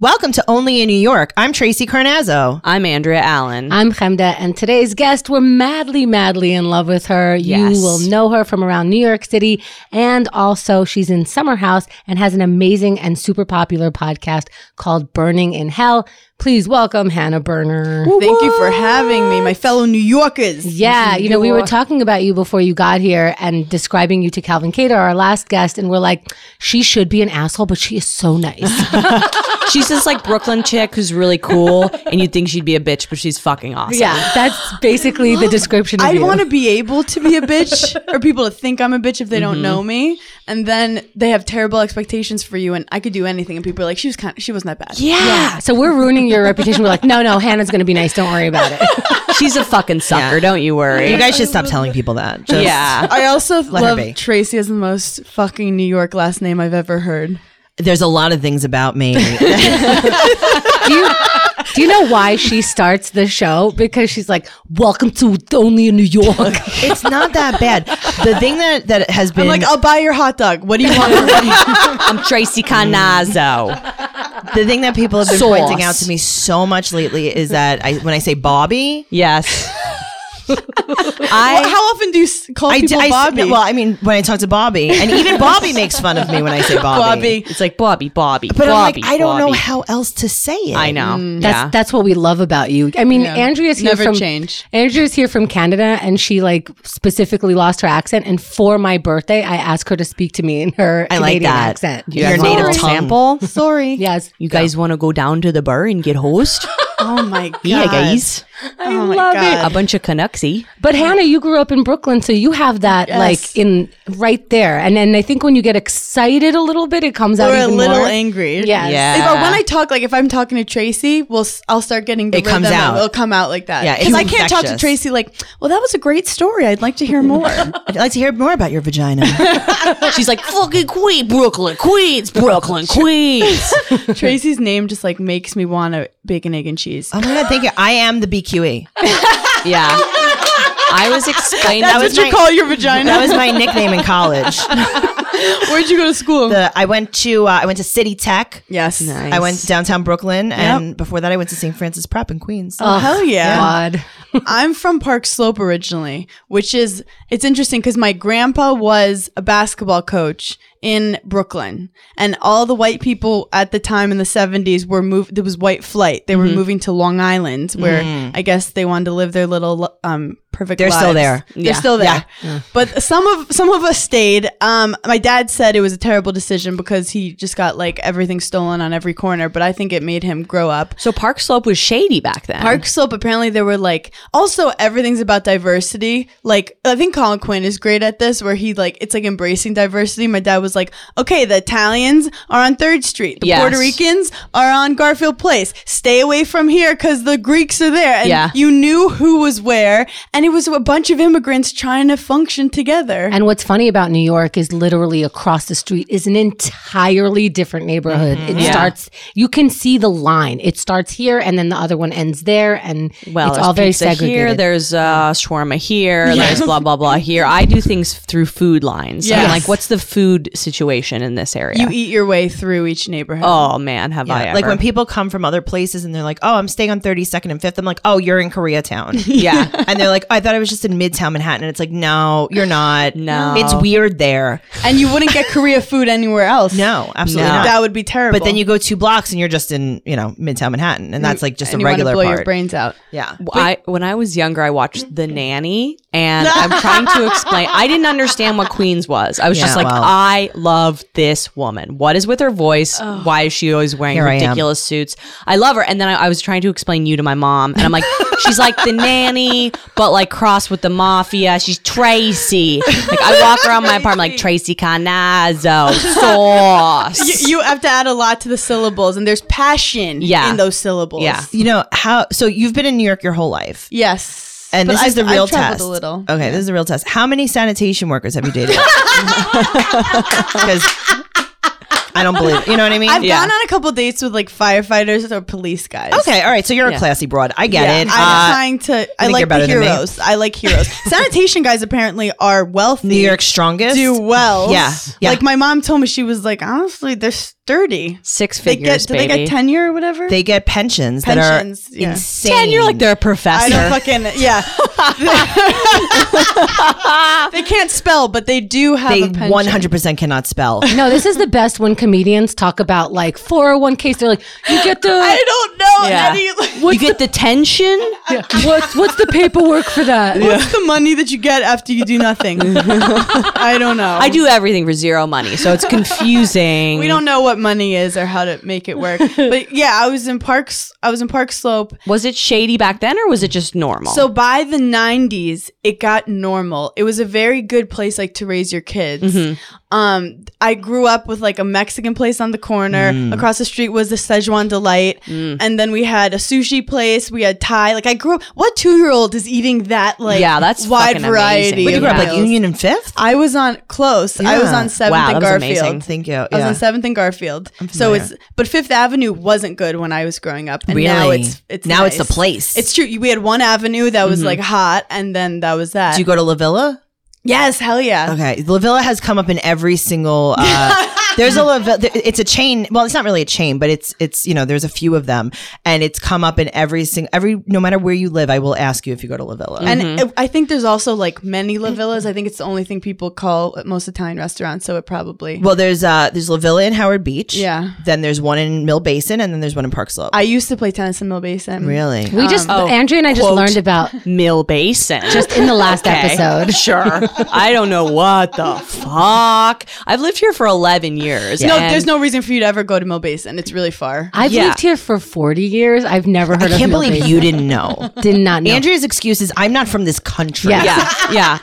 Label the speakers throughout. Speaker 1: Welcome to Only in New York. I'm Tracy Carnazzo.
Speaker 2: I'm Andrea Allen.
Speaker 3: I'm Chemda, and today's guest, we're madly, madly in love with her.
Speaker 2: Yes.
Speaker 3: You will know her from around New York City, and also she's in Summer House and has an amazing and super popular podcast called Burning in Hell. Please welcome Hannah Burner.
Speaker 4: Thank you for having me, my fellow New Yorkers.
Speaker 3: Yeah, you know, we were talking about you before you got here and describing you to Calvin Cater, our last guest, and we're like, she should be an asshole, but she is so nice.
Speaker 2: She's this like Brooklyn chick who's really cool, and you'd think she'd be a bitch, but she's fucking awesome.
Speaker 3: yeah, that's basically the description of
Speaker 4: I
Speaker 3: you.
Speaker 4: want to be able to be a bitch or people to think I'm a bitch if they don't
Speaker 1: Mm-hmm.
Speaker 4: know me. And then they have terrible expectations for you and I could do anything and people are like, she was kind of, she wasn't that bad.
Speaker 2: Yeah.
Speaker 3: yeah, so we're ruining your reputation. We're like, no, no, Hannah's going to be nice. Don't worry about it.
Speaker 2: She's a fucking sucker, don't you worry.
Speaker 1: You guys should stop telling people that. Just-
Speaker 2: yeah.
Speaker 4: I also
Speaker 1: her be.
Speaker 4: love Tracy as the most fucking New York last name I've ever heard.
Speaker 1: There's a lot of things about me.
Speaker 3: do you do you know why she starts the show? Because she's like, "Welcome to Only in New York."
Speaker 1: it's not that bad. The thing that, that has been
Speaker 4: I'm like, I'll buy your hot dog. What do you want? for it?"
Speaker 2: I'm Tracy Canazzo.
Speaker 1: the thing that people have been
Speaker 3: Sauce.
Speaker 1: pointing out to me so much lately is that I when I say Bobby,
Speaker 2: Yes. I
Speaker 4: How often do you s- call
Speaker 1: I, d-
Speaker 4: people
Speaker 1: I s-
Speaker 4: Bobby?
Speaker 1: well, I mean when I talk to Bobby, and even Bobby makes fun of me when I say Bobby.
Speaker 4: Bobby.
Speaker 2: it's like Bobby, Bobby,
Speaker 1: But
Speaker 2: Bobby.
Speaker 1: I'm like, I don't know
Speaker 2: Bobby.
Speaker 1: how else to say it.
Speaker 2: I know.
Speaker 4: Mm.
Speaker 3: That's
Speaker 2: yeah.
Speaker 3: that's what we love about you. I mean,
Speaker 4: Yeah.
Speaker 3: Andrea's here
Speaker 4: Never
Speaker 3: from
Speaker 4: change.
Speaker 3: Andrea's here from Canada, and she like specifically lost her accent. And for my birthday, I asked her to speak to me in her
Speaker 1: I like
Speaker 3: Canadian
Speaker 1: that.
Speaker 3: accent.
Speaker 1: You Your guys native want a tongue.
Speaker 2: sample.
Speaker 4: Sorry.
Speaker 3: Yes,
Speaker 2: You guys want to go down to the bar and get host?
Speaker 4: Oh my god.
Speaker 2: yeah, guys.
Speaker 4: I oh my
Speaker 2: A
Speaker 4: love god.
Speaker 2: bunch of eh? Canucksy.
Speaker 3: But Hannah, you grew up in Brooklyn, so you have that
Speaker 4: Yes.
Speaker 3: like in right there. And then I think when you get excited a little bit, it comes out
Speaker 4: Or a
Speaker 3: even
Speaker 4: little
Speaker 3: more.
Speaker 4: angry.
Speaker 3: Yes.
Speaker 2: Yeah.
Speaker 4: If I- when I talk, like if I'm talking to Tracy, we'll s- I'll start getting the
Speaker 1: It comes
Speaker 4: rhythm and
Speaker 1: out.
Speaker 4: It'll come out like that.
Speaker 1: Yeah,
Speaker 4: because
Speaker 1: it's
Speaker 4: I can't talk to
Speaker 1: infectious.
Speaker 4: Tracy. Like, well, that was a great story. I'd like to hear more.
Speaker 1: I'd like to hear more about your vagina.
Speaker 2: She's like, fucking Queen, Brooklyn, Queens, Brooklyn, Queens.
Speaker 4: Tracy's name just like makes me want a bacon, egg, and cheese.
Speaker 1: oh my god, thank you. I am the E. BQE.
Speaker 2: yeah. I was explaining.
Speaker 1: That
Speaker 4: That's
Speaker 1: was
Speaker 4: what you
Speaker 1: my-
Speaker 4: call your vagina.
Speaker 1: That was my nickname in college.
Speaker 4: Where'd you go to school?
Speaker 1: The, I went to uh, I went to City Tech.
Speaker 4: yes.
Speaker 1: I went to downtown Brooklyn, and before that, I went to St. Francis Prep in Queens.
Speaker 4: Oh, hell yeah.
Speaker 3: God.
Speaker 4: I'm from Park Slope originally, which is it's interesting because my grandpa was a basketball coach in Brooklyn, and all the white people at the time in the 70s were moved. There was white flight; they were moving to Long Island, where I guess they wanted to live their little um, perfect.
Speaker 1: They're still
Speaker 4: lives.
Speaker 1: there.
Speaker 4: They're
Speaker 2: Yeah.
Speaker 4: still there. But some of some of us stayed. Um, my dad said it was a terrible decision because he just got like everything stolen on every corner. But I think it made him grow up.
Speaker 2: So Park Slope was shady back then.
Speaker 4: Park Slope, apparently there were like also everything's about diversity. Like I think Colin Quinn is great at this, where he like it's like embracing diversity. My dad was like, okay, the Italians are on Third Street, the
Speaker 2: Yes.
Speaker 4: Puerto Ricans are on Garfield Place. Stay away from here because the Greeks are there, and
Speaker 2: Yeah.
Speaker 4: you knew who was where, and it was a bunch of immigrants trying to function together.
Speaker 3: And what's funny about New York is literally across the street is an entirely different neighborhood. It
Speaker 2: Mm-hmm. Yeah.
Speaker 3: starts, you can see the line. It starts here and then the other one ends there. And
Speaker 2: well,
Speaker 3: it's
Speaker 2: there's
Speaker 3: all very
Speaker 2: pizza
Speaker 3: segregated.
Speaker 2: Here, there's uh, shawarma here. There's blah blah blah here. I do things through food lines. Yeah.
Speaker 4: Yes.
Speaker 2: like, what's the food situation in this area?
Speaker 4: you eat your way through each neighborhood.
Speaker 2: oh man, have I ever?
Speaker 1: Like when people come from other places and they're like, "Oh, I'm staying on 32nd and 5th." I'm like, "Oh, you're in Koreatown."
Speaker 2: yeah.
Speaker 1: and they're like, "I thought I was just in Midtown Manhattan." And it's like, "No, you're not.
Speaker 2: No.
Speaker 1: It's weird there."
Speaker 4: And you wouldn't get Korea food anywhere else.
Speaker 1: No, absolutely
Speaker 2: No.
Speaker 1: not.
Speaker 4: That would be terrible.
Speaker 1: but then you go two blocks and you're just in, you know, Midtown Manhattan, and that's like just a
Speaker 4: and you wanna
Speaker 1: regular
Speaker 4: blow
Speaker 1: part.
Speaker 4: your brains out.
Speaker 1: Yeah.
Speaker 2: I, when I was younger, I watched The Nanny, and I'm trying to explain. I didn't understand what Queens was. I was just
Speaker 1: Yeah,
Speaker 2: like,
Speaker 1: well.
Speaker 2: I love this woman. What is with her voice? Why is she always wearing
Speaker 1: Here I am.
Speaker 2: ridiculous suits? I love her. And then I, I was trying to explain you to my mom, and I'm like, she's like the nanny, but like crossed with the mafia. She's Tracy. Like I walk around my apartment like Tracy Canazzo sauce.
Speaker 4: you, you have to add a lot to the syllables, and there's passion
Speaker 2: Yeah.
Speaker 4: in those syllables.
Speaker 2: Yeah.
Speaker 1: You know how? So you've been in New York your whole life,
Speaker 4: Yes.
Speaker 1: and
Speaker 4: But
Speaker 1: this is
Speaker 4: I've-
Speaker 1: the real
Speaker 4: I've traveled
Speaker 1: test.
Speaker 4: A little.
Speaker 1: Okay, this is the real test. How many sanitation workers have you dated? Because I don't believe. It. You know what I mean?
Speaker 4: I've
Speaker 2: Yeah.
Speaker 4: gone on a couple dates with like firefighters or police guys.
Speaker 1: okay, all right. So you're a
Speaker 2: Yeah.
Speaker 1: classy broad. I get
Speaker 4: Yeah,
Speaker 1: it.
Speaker 4: I'm
Speaker 1: Uh,
Speaker 4: trying to. I,
Speaker 1: think you're
Speaker 4: like the
Speaker 1: better than me.
Speaker 4: heroes. I like heroes. Sanitation guys apparently are wealthy.
Speaker 1: New York's strongest.
Speaker 4: do well.
Speaker 1: Yeah, yeah.
Speaker 4: Like my mom told me, she was like, honestly, they're 30.
Speaker 2: Six
Speaker 4: They get,
Speaker 2: figures,
Speaker 4: do they get
Speaker 2: baby.
Speaker 4: tenure or whatever?
Speaker 1: They get pensions,
Speaker 4: Pensions,
Speaker 1: that are
Speaker 4: yeah.
Speaker 1: insane.
Speaker 2: And you're like they're a
Speaker 4: I
Speaker 2: professor.
Speaker 4: don't fucking, yeah. they can't spell, but they do have
Speaker 1: they
Speaker 4: a pension.
Speaker 1: 100% cannot spell.
Speaker 3: No, this is the best when comedians talk about like 401ks. They're like, you get
Speaker 4: I
Speaker 3: the
Speaker 4: don't know
Speaker 2: Yeah.
Speaker 4: any, like,
Speaker 2: you get the tension.
Speaker 3: yeah. what's what's the paperwork for that?
Speaker 4: what's the money that you get after you do nothing? I don't know.
Speaker 2: I do everything for zero money, so it's confusing.
Speaker 4: We don't know what money is or how to make it work. but yeah, I was in Parks I was in Park Slope.
Speaker 2: Was it shady back then, or was it just normal?
Speaker 4: So by the 90s, it got normal. It was a very good place like to raise your kids.
Speaker 2: Mm-hmm.
Speaker 4: Um I grew up with like a Mexican place on the corner.
Speaker 2: Mm.
Speaker 4: Across the street was the Szechuan Delight. And then we had a sushi place, we had Thai. Like I grew up what 2-year-old is eating that like
Speaker 2: Yeah, that's
Speaker 4: wide
Speaker 2: fucking amazing.
Speaker 4: variety. of
Speaker 2: Where'd
Speaker 1: you grew up like
Speaker 4: meals?
Speaker 1: Union and Fifth?
Speaker 4: I was on close. I was
Speaker 1: Yeah.
Speaker 4: on 7th
Speaker 2: Wow,
Speaker 4: and
Speaker 2: that was
Speaker 4: Garfield.
Speaker 2: amazing.
Speaker 1: Thank you.
Speaker 4: I was
Speaker 1: Yeah.
Speaker 4: on Seventh and Garfield. So it's but Fifth Avenue wasn't good when I was growing up. And now
Speaker 1: Really?
Speaker 4: it's it's
Speaker 1: Now it's the
Speaker 4: nice.
Speaker 1: place. Mm-hmm.
Speaker 4: It's true. We had one avenue that was like hot and then that was that.
Speaker 1: Do you go to La Villa?
Speaker 4: yes, hell yeah.
Speaker 1: Okay, La Villa has come up in every single. Uh, there's a La Villa. there- It's a chain. Well, it's not really a chain, but it's it's you know there's a few of them, and it's come up in every single every no matter where you live. I will ask you if you go to La Villa.
Speaker 4: And it- I think there's also like many La Villas. I think it's the only thing people call most Italian restaurants, so it probably
Speaker 1: well, there's uh there's La Villa in Howard Beach.
Speaker 4: Yeah.
Speaker 1: Then there's one in Mill Basin, and then there's one in Park Slope.
Speaker 4: I used to play tennis in Mill Basin.
Speaker 1: really.
Speaker 3: We just Andrea and I just
Speaker 2: Um, oh, quote.
Speaker 3: learned about
Speaker 2: Mill Basin.
Speaker 3: just in the last
Speaker 2: Okay.
Speaker 3: episode.
Speaker 2: Sure. I don't know what the fuck. I've lived here for 11 years.
Speaker 4: No,
Speaker 2: and-
Speaker 4: there's no reason for you to ever go to Mill Basin. It's really far.
Speaker 3: I've
Speaker 2: Yeah.
Speaker 3: lived here for 40 years. I've never heard
Speaker 1: I
Speaker 3: of
Speaker 1: can't
Speaker 3: Mill
Speaker 1: believe
Speaker 3: Basin.
Speaker 1: you didn't know.
Speaker 3: Did not know.
Speaker 1: Andrea's excuse is I'm not from this country.
Speaker 3: Yeah.
Speaker 2: Yeah, yeah.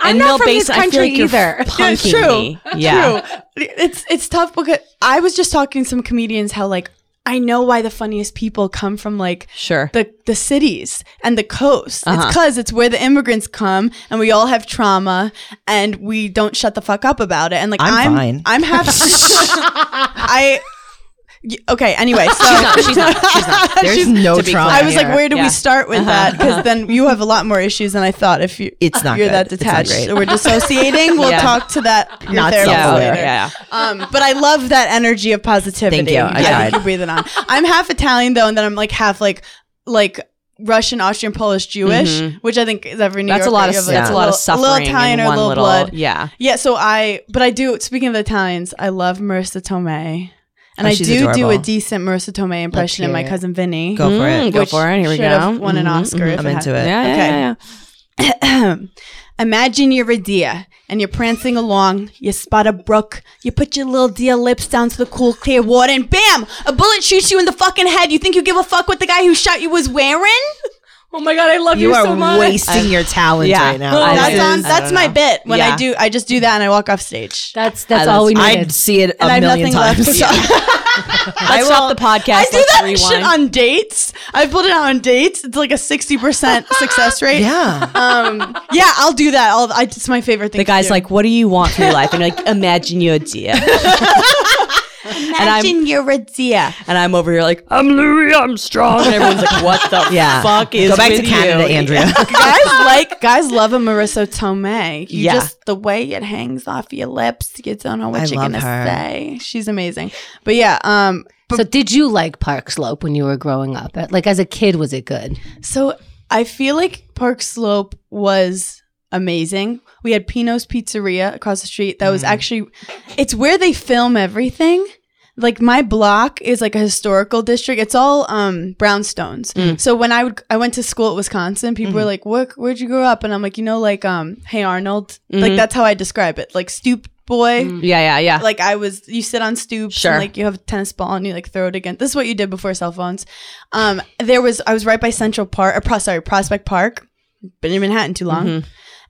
Speaker 3: I'm
Speaker 2: and
Speaker 3: not
Speaker 2: Mill
Speaker 3: from this
Speaker 2: Basin, I feel
Speaker 3: country
Speaker 2: like you're
Speaker 3: either.
Speaker 2: punking
Speaker 4: Yeah, it's true.
Speaker 2: me. Yeah.
Speaker 4: True. It's it's tough because I was just talking to some comedians how like I know why the funniest people come from like
Speaker 2: Sure. Uh-huh.
Speaker 4: the the cities and the coast. It's cuz it's where the immigrants come and we all have trauma and we don't shut the fuck up about it. And like
Speaker 1: I'm
Speaker 4: I'm
Speaker 1: fine.
Speaker 4: I'm happy I y- Okay, anyway, so
Speaker 2: She's not. She's not.
Speaker 1: There's no trauma.
Speaker 4: I was like,
Speaker 1: here.
Speaker 4: where do
Speaker 2: Yeah. Uh-huh.
Speaker 4: we start with that? Because then you have a lot more issues than I thought. If you
Speaker 1: It's not
Speaker 4: you're
Speaker 1: good.
Speaker 4: that
Speaker 1: It's not
Speaker 4: detached,
Speaker 1: great.
Speaker 4: we're dissociating. We'll
Speaker 2: Yeah.
Speaker 4: talk to that your
Speaker 1: Not
Speaker 4: therapist
Speaker 2: Yeah,
Speaker 1: self-aware.
Speaker 4: later.
Speaker 2: yeah.
Speaker 4: Um, but I love that energy of positivity.
Speaker 1: Thank you. I tried.
Speaker 4: think you breathe it on. I'm half Italian though, and then I'm like half like like. Russian, Austrian, Polish, Jewish, which I think is every New
Speaker 2: Mm-hmm. That's a
Speaker 4: Yorker,
Speaker 2: lot of
Speaker 4: you have,
Speaker 2: that's
Speaker 4: like,
Speaker 2: a lot of
Speaker 4: little-
Speaker 2: suffering.
Speaker 4: little Italian
Speaker 2: in
Speaker 4: or
Speaker 2: one
Speaker 4: little
Speaker 2: little
Speaker 4: blood.
Speaker 2: Yeah.
Speaker 4: Yeah, so I, but I do. Speaking of Italians, I love Marissa Tomei, and
Speaker 1: Oh,
Speaker 4: I
Speaker 1: she's
Speaker 4: do do a
Speaker 1: adorable.
Speaker 4: decent Marissa Tomei impression in
Speaker 1: hear
Speaker 4: my
Speaker 1: it.
Speaker 4: cousin Vinny.
Speaker 1: Go for it.
Speaker 2: Go
Speaker 4: which
Speaker 2: for it. Here we
Speaker 4: should
Speaker 2: go.
Speaker 4: have won an
Speaker 2: Mhm,
Speaker 4: Oscar. if
Speaker 1: I'm
Speaker 4: it
Speaker 1: into
Speaker 4: had-
Speaker 1: it.
Speaker 2: Yeah, yeah,
Speaker 4: Okay.
Speaker 2: yeah, yeah.
Speaker 4: Imagine you're a deer and you're prancing along. You spot a brook. You put your little deer lips down to the cool, clear water, and bam! A bullet shoots you in the fucking head. You think you give a fuck what the guy who shot you was wearing?
Speaker 3: Oh my god, I love
Speaker 1: You are wasting your talent
Speaker 2: Yeah.
Speaker 1: right now.
Speaker 2: I
Speaker 4: Oh, that's
Speaker 2: don't-
Speaker 4: on,
Speaker 2: I
Speaker 4: that's
Speaker 2: don't
Speaker 4: my
Speaker 2: know.
Speaker 4: bit. When I
Speaker 2: Yeah.
Speaker 4: do, I just do that and I walk off stage.
Speaker 3: That's that's
Speaker 2: I
Speaker 3: all
Speaker 2: love-
Speaker 3: we needed.
Speaker 1: I'd see it a
Speaker 4: I have
Speaker 1: million
Speaker 4: nothing
Speaker 1: times.
Speaker 4: left.
Speaker 2: Let's stop the podcast.
Speaker 4: I do
Speaker 2: Let's
Speaker 4: that shit
Speaker 2: rewind.
Speaker 4: on dates. I pulled it out on dates. It's like a sixty percent success rate.
Speaker 1: yeah.
Speaker 4: Um, yeah, I'll do that. I'll, I, it's my favorite thing.
Speaker 2: the
Speaker 4: to
Speaker 2: guy's
Speaker 4: do.
Speaker 2: like, "What do you want for your life?" And you're like, "Imagine you're a deer." and I'm
Speaker 4: you're a deer.
Speaker 2: and I'm over here like, "I'm Louis Armstrong," and everyone's like, "What the
Speaker 1: Yeah.
Speaker 2: fuck is
Speaker 1: Go back
Speaker 2: with
Speaker 1: to Canada,
Speaker 2: you?
Speaker 1: Andrea.
Speaker 4: guys like guys love a Marissa Tomei. You
Speaker 2: Yeah.
Speaker 4: just the way it hangs off your lips, you don't know what
Speaker 1: I
Speaker 4: you're
Speaker 1: love
Speaker 4: gonna
Speaker 1: her.
Speaker 4: say. She's amazing. But yeah, um
Speaker 3: so did you like Park Slope when you were growing up? Like as a kid, was it good?
Speaker 4: so I feel like Park Slope was amazing. We had Pino's Pizzeria across the street. That was actually it's where they film everything. Like my block is like a historical district. It's all um brownstones. So when I would I went to school at Wisconsin, people were like, "What where'd you grow up?" And I'm like, "You know like um Hey Arnold." Like that's how I describe it. Like stoop boy.
Speaker 2: Yeah, yeah, yeah.
Speaker 4: Like I was, you sit on stoops
Speaker 2: Sure.
Speaker 4: and like you have a tennis ball and you like throw it again. This is what you did before cell phones. Um, there was I was right by Central Park, or pro, sorry Prospect Park. Been in Manhattan too long,
Speaker 1: Mm-hmm.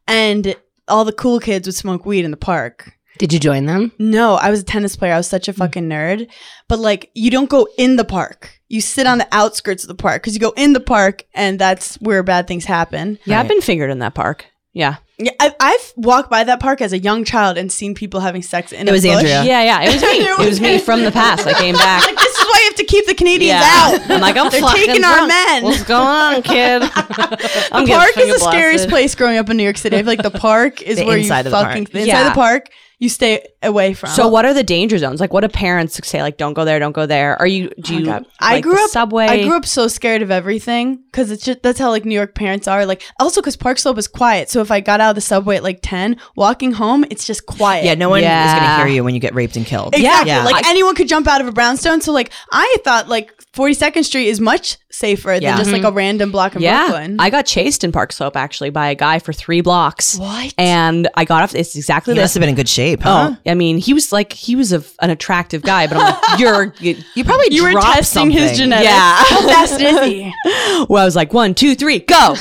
Speaker 4: and all the cool kids would smoke weed in the park.
Speaker 3: Did you join them?
Speaker 4: No, I was a tennis player. I was such a
Speaker 1: Mm.
Speaker 4: fucking nerd. But like, you don't go in the park. You sit on the outskirts of the park because you go in the park, and that's where bad things happen.
Speaker 2: yeah, I've been fingered in that park. Yeah,
Speaker 4: Yeah, I, I've walked by that park as a young child and seen people having sex in
Speaker 1: It
Speaker 4: a
Speaker 1: was
Speaker 4: bush.
Speaker 1: Andrea.
Speaker 2: yeah, yeah. It was me. it was me from the past. I came back.
Speaker 4: Like, this is why you have to keep the Canadians
Speaker 2: Yeah.
Speaker 4: out.
Speaker 2: I'm like, I'm
Speaker 4: They're
Speaker 2: fucking
Speaker 4: taking our
Speaker 2: drunk.
Speaker 4: men.
Speaker 2: What's going on, kid? I'm
Speaker 4: the
Speaker 2: getting
Speaker 4: park
Speaker 2: finger
Speaker 4: is the scariest
Speaker 2: blasted.
Speaker 4: place growing up in New York City. I feel like the park is
Speaker 1: The
Speaker 4: where you
Speaker 1: inside of the
Speaker 4: fucking
Speaker 1: park.
Speaker 4: the inside
Speaker 2: Yeah.
Speaker 4: of the park. You stay away from.
Speaker 2: So what are the danger zones? Like what do parents say like don't go there, don't go there? Are you do you
Speaker 4: I
Speaker 2: like,
Speaker 4: grew
Speaker 2: the
Speaker 4: up
Speaker 2: subway?
Speaker 4: I grew up so scared of everything because it's just that's how like New York parents are. Like also because Park Slope is quiet, so if I got out of the subway at like ten, walking home, it's just quiet.
Speaker 1: Yeah, no one is going
Speaker 2: Yeah.
Speaker 1: to hear you when you get raped and killed.
Speaker 4: Exactly.
Speaker 1: Yeah.
Speaker 4: Like anyone could jump out of a brownstone. So like I thought like 42nd Street is much safer
Speaker 1: Yeah.
Speaker 4: than just like a random block
Speaker 2: Mm-hmm.
Speaker 4: in
Speaker 2: yeah,
Speaker 4: Brooklyn.
Speaker 2: I got chased in Park Slope actually by a guy for three blocks.
Speaker 4: What?
Speaker 2: And I got off. It's exactly
Speaker 1: He
Speaker 2: this.
Speaker 1: must have been in good shape. Huh?
Speaker 2: Oh, I mean, he was like he was a, an attractive guy, but I'm like, you're you, probably
Speaker 1: You were
Speaker 2: dropped
Speaker 1: testing
Speaker 2: something.
Speaker 1: his
Speaker 4: genetics.
Speaker 2: Yeah,
Speaker 4: How fast is he?
Speaker 2: well, I was like, one, two, three, go.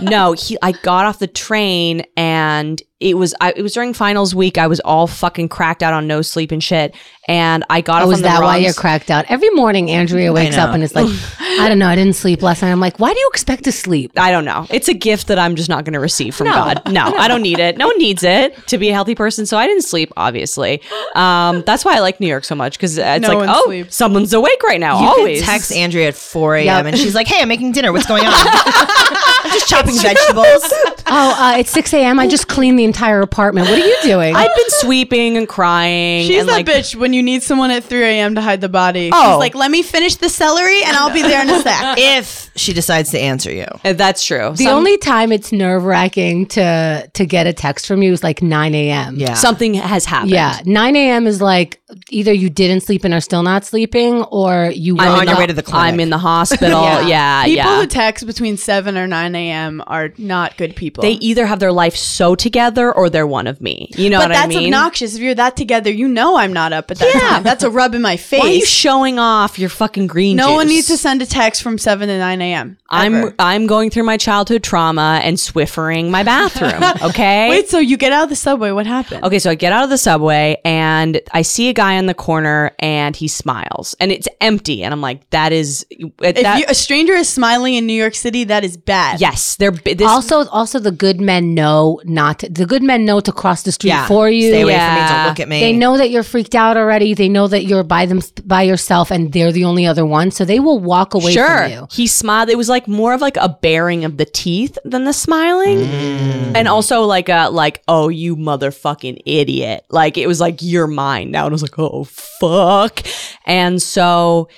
Speaker 2: no, he. I got off the train and it was. I, it was during finals week. I was all fucking cracked out on no sleep and shit. And I got off.
Speaker 3: Oh,
Speaker 2: on
Speaker 3: is
Speaker 2: the
Speaker 3: that
Speaker 2: wrong
Speaker 3: why you're
Speaker 2: s-
Speaker 3: cracked out? Every morning, Andrea wakes up
Speaker 1: know.
Speaker 3: and it's like, I don't know, I didn't sleep last night. I'm like, why do you expect to sleep?
Speaker 2: I don't know. It's a gift that I'm just not going to receive from God. No, I don't need it. No one needs it to be a healthy person. So I didn't sleep, obviously. Um, that's why I like New York so much because it's
Speaker 4: No
Speaker 2: like,
Speaker 4: one
Speaker 2: oh,
Speaker 4: sleeps.
Speaker 2: someone's awake right now.
Speaker 1: You could
Speaker 2: always
Speaker 1: text Andrea at 4 a.m.
Speaker 3: Yep.
Speaker 1: and she's like, hey, I'm making dinner. What's going on? I'm just chopping vegetables.
Speaker 3: Oh, uh, it's 6 a.m. I just cleaned the entire apartment. What are you doing?
Speaker 2: I've been sweeping and crying.
Speaker 4: She's
Speaker 2: and
Speaker 4: that
Speaker 2: like,
Speaker 4: bitch when you need someone at 3 a.m. to hide the body.
Speaker 2: Oh.
Speaker 4: She's like, let me finish the celery and I'll be there in a sec.
Speaker 1: if she decides to answer you.
Speaker 2: Uh, That's true.
Speaker 3: the only time it's nerve wracking to to get a text from you is like 9 a.m.
Speaker 1: Yeah.
Speaker 2: something has happened.
Speaker 3: Yeah, 9 a.m. is like either you didn't sleep and are still not sleeping, or you
Speaker 1: You're
Speaker 3: woke
Speaker 1: on your
Speaker 3: up-
Speaker 1: way to the clinic.
Speaker 2: I'm in the hospital.
Speaker 3: Yeah.
Speaker 2: yeah, yeah.
Speaker 4: People who text between 7 or 9 a.m. are not good people.
Speaker 2: they either have their life so together or they're one of me. You know
Speaker 4: but
Speaker 2: what
Speaker 4: that's
Speaker 2: I mean?
Speaker 4: obnoxious. If you're that together, you know I'm not up at that time. That's a rub in my face.
Speaker 2: Why are you showing off your fucking green
Speaker 4: no one
Speaker 2: juice?
Speaker 4: needs to send a text from 7 to 9 a.m.
Speaker 2: I'm
Speaker 4: ever.
Speaker 2: I'm going through my childhood trauma and swiffering my bathroom. Okay.
Speaker 4: Wait, so you get out of the subway. What happened?
Speaker 2: Okay, so I get out of the subway and I see a guy in the corner and he smiles and it's empty and I'm like, that is that,
Speaker 4: If you, uh, a stranger is smiling in New York City, that is bad.
Speaker 2: yes, they're b- this
Speaker 3: also, also the good men know not. To, the good men know to cross the street
Speaker 1: Yeah.
Speaker 3: for you.
Speaker 1: Stay away from me.
Speaker 2: Yeah.
Speaker 1: Don't look at me.
Speaker 3: They know that you're freaked out already. They know that you're by them by yourself, and they're the only other one. So they will walk away
Speaker 2: sure.
Speaker 3: from you.
Speaker 2: He smiled. It was like more of like a baring of the teeth than the smiling, and also like a like oh you motherfucking idiot. Like it was like you're mine now, and I was like oh fuck, and so.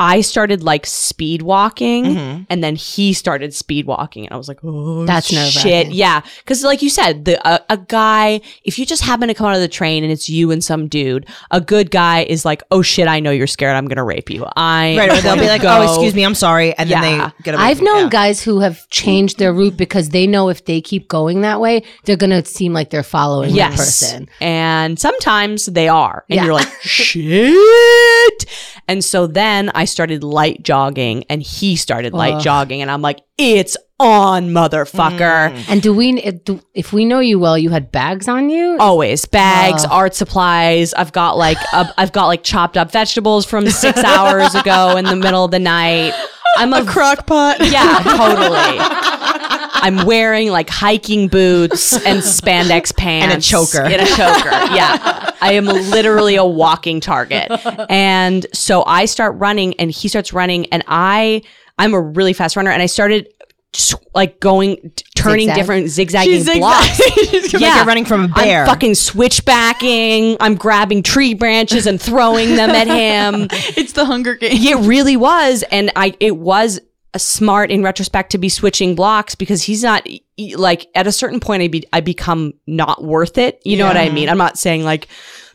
Speaker 2: I started like speed walking and then he started speed walking and I was like, oh,
Speaker 3: That's
Speaker 2: shit.
Speaker 3: nerve-wracking.
Speaker 2: Yeah. Cause like you said, the, uh, a guy, if you just happen to come out of the train and it's you and some dude, a good guy is like, oh shit, I know you're scared. I'm going to rape you. I,
Speaker 1: Right, or they'll be like, "Oh, excuse me, I'm sorry," and then
Speaker 2: Yeah.
Speaker 1: they get away.
Speaker 3: I've
Speaker 1: from it.
Speaker 3: known
Speaker 1: Yeah.
Speaker 3: guys who have changed their route because they know if they keep going that way, they're gonna seem like they're following
Speaker 2: yes.
Speaker 3: the person.
Speaker 2: And sometimes they are. And
Speaker 3: Yeah.
Speaker 2: you're like, shit. And so then I started light jogging and he started light
Speaker 3: Ugh.
Speaker 2: jogging. And I'm like, it's on, motherfucker.
Speaker 3: And do we? If, do- if we know you well, you had bags on you.
Speaker 2: Always bags, art supplies. I've got like a, I've got like chopped up vegetables from six hours ago in the middle of the night. I'm a,
Speaker 4: Crock pot.
Speaker 2: Yeah, totally. I'm wearing like hiking boots and spandex pants
Speaker 1: choker.
Speaker 2: In a choker. Yeah. I am literally a walking target. And so I start running and he starts running and I I'm a really fast runner and I started s- like going t- turning
Speaker 3: Zigzag.
Speaker 2: different zigzagging
Speaker 4: She's
Speaker 2: blocks.
Speaker 4: exactly.
Speaker 1: Like you're running from a bear.
Speaker 2: I'm fucking switchbacking. I'm grabbing tree branches and throwing them at him.
Speaker 4: it's the Hunger Games.
Speaker 2: It really was, and I it was a smart in retrospect to be switching blocks because he's not e- e- like at a certain point I be I become not worth it. You know what I mean? I'm not saying like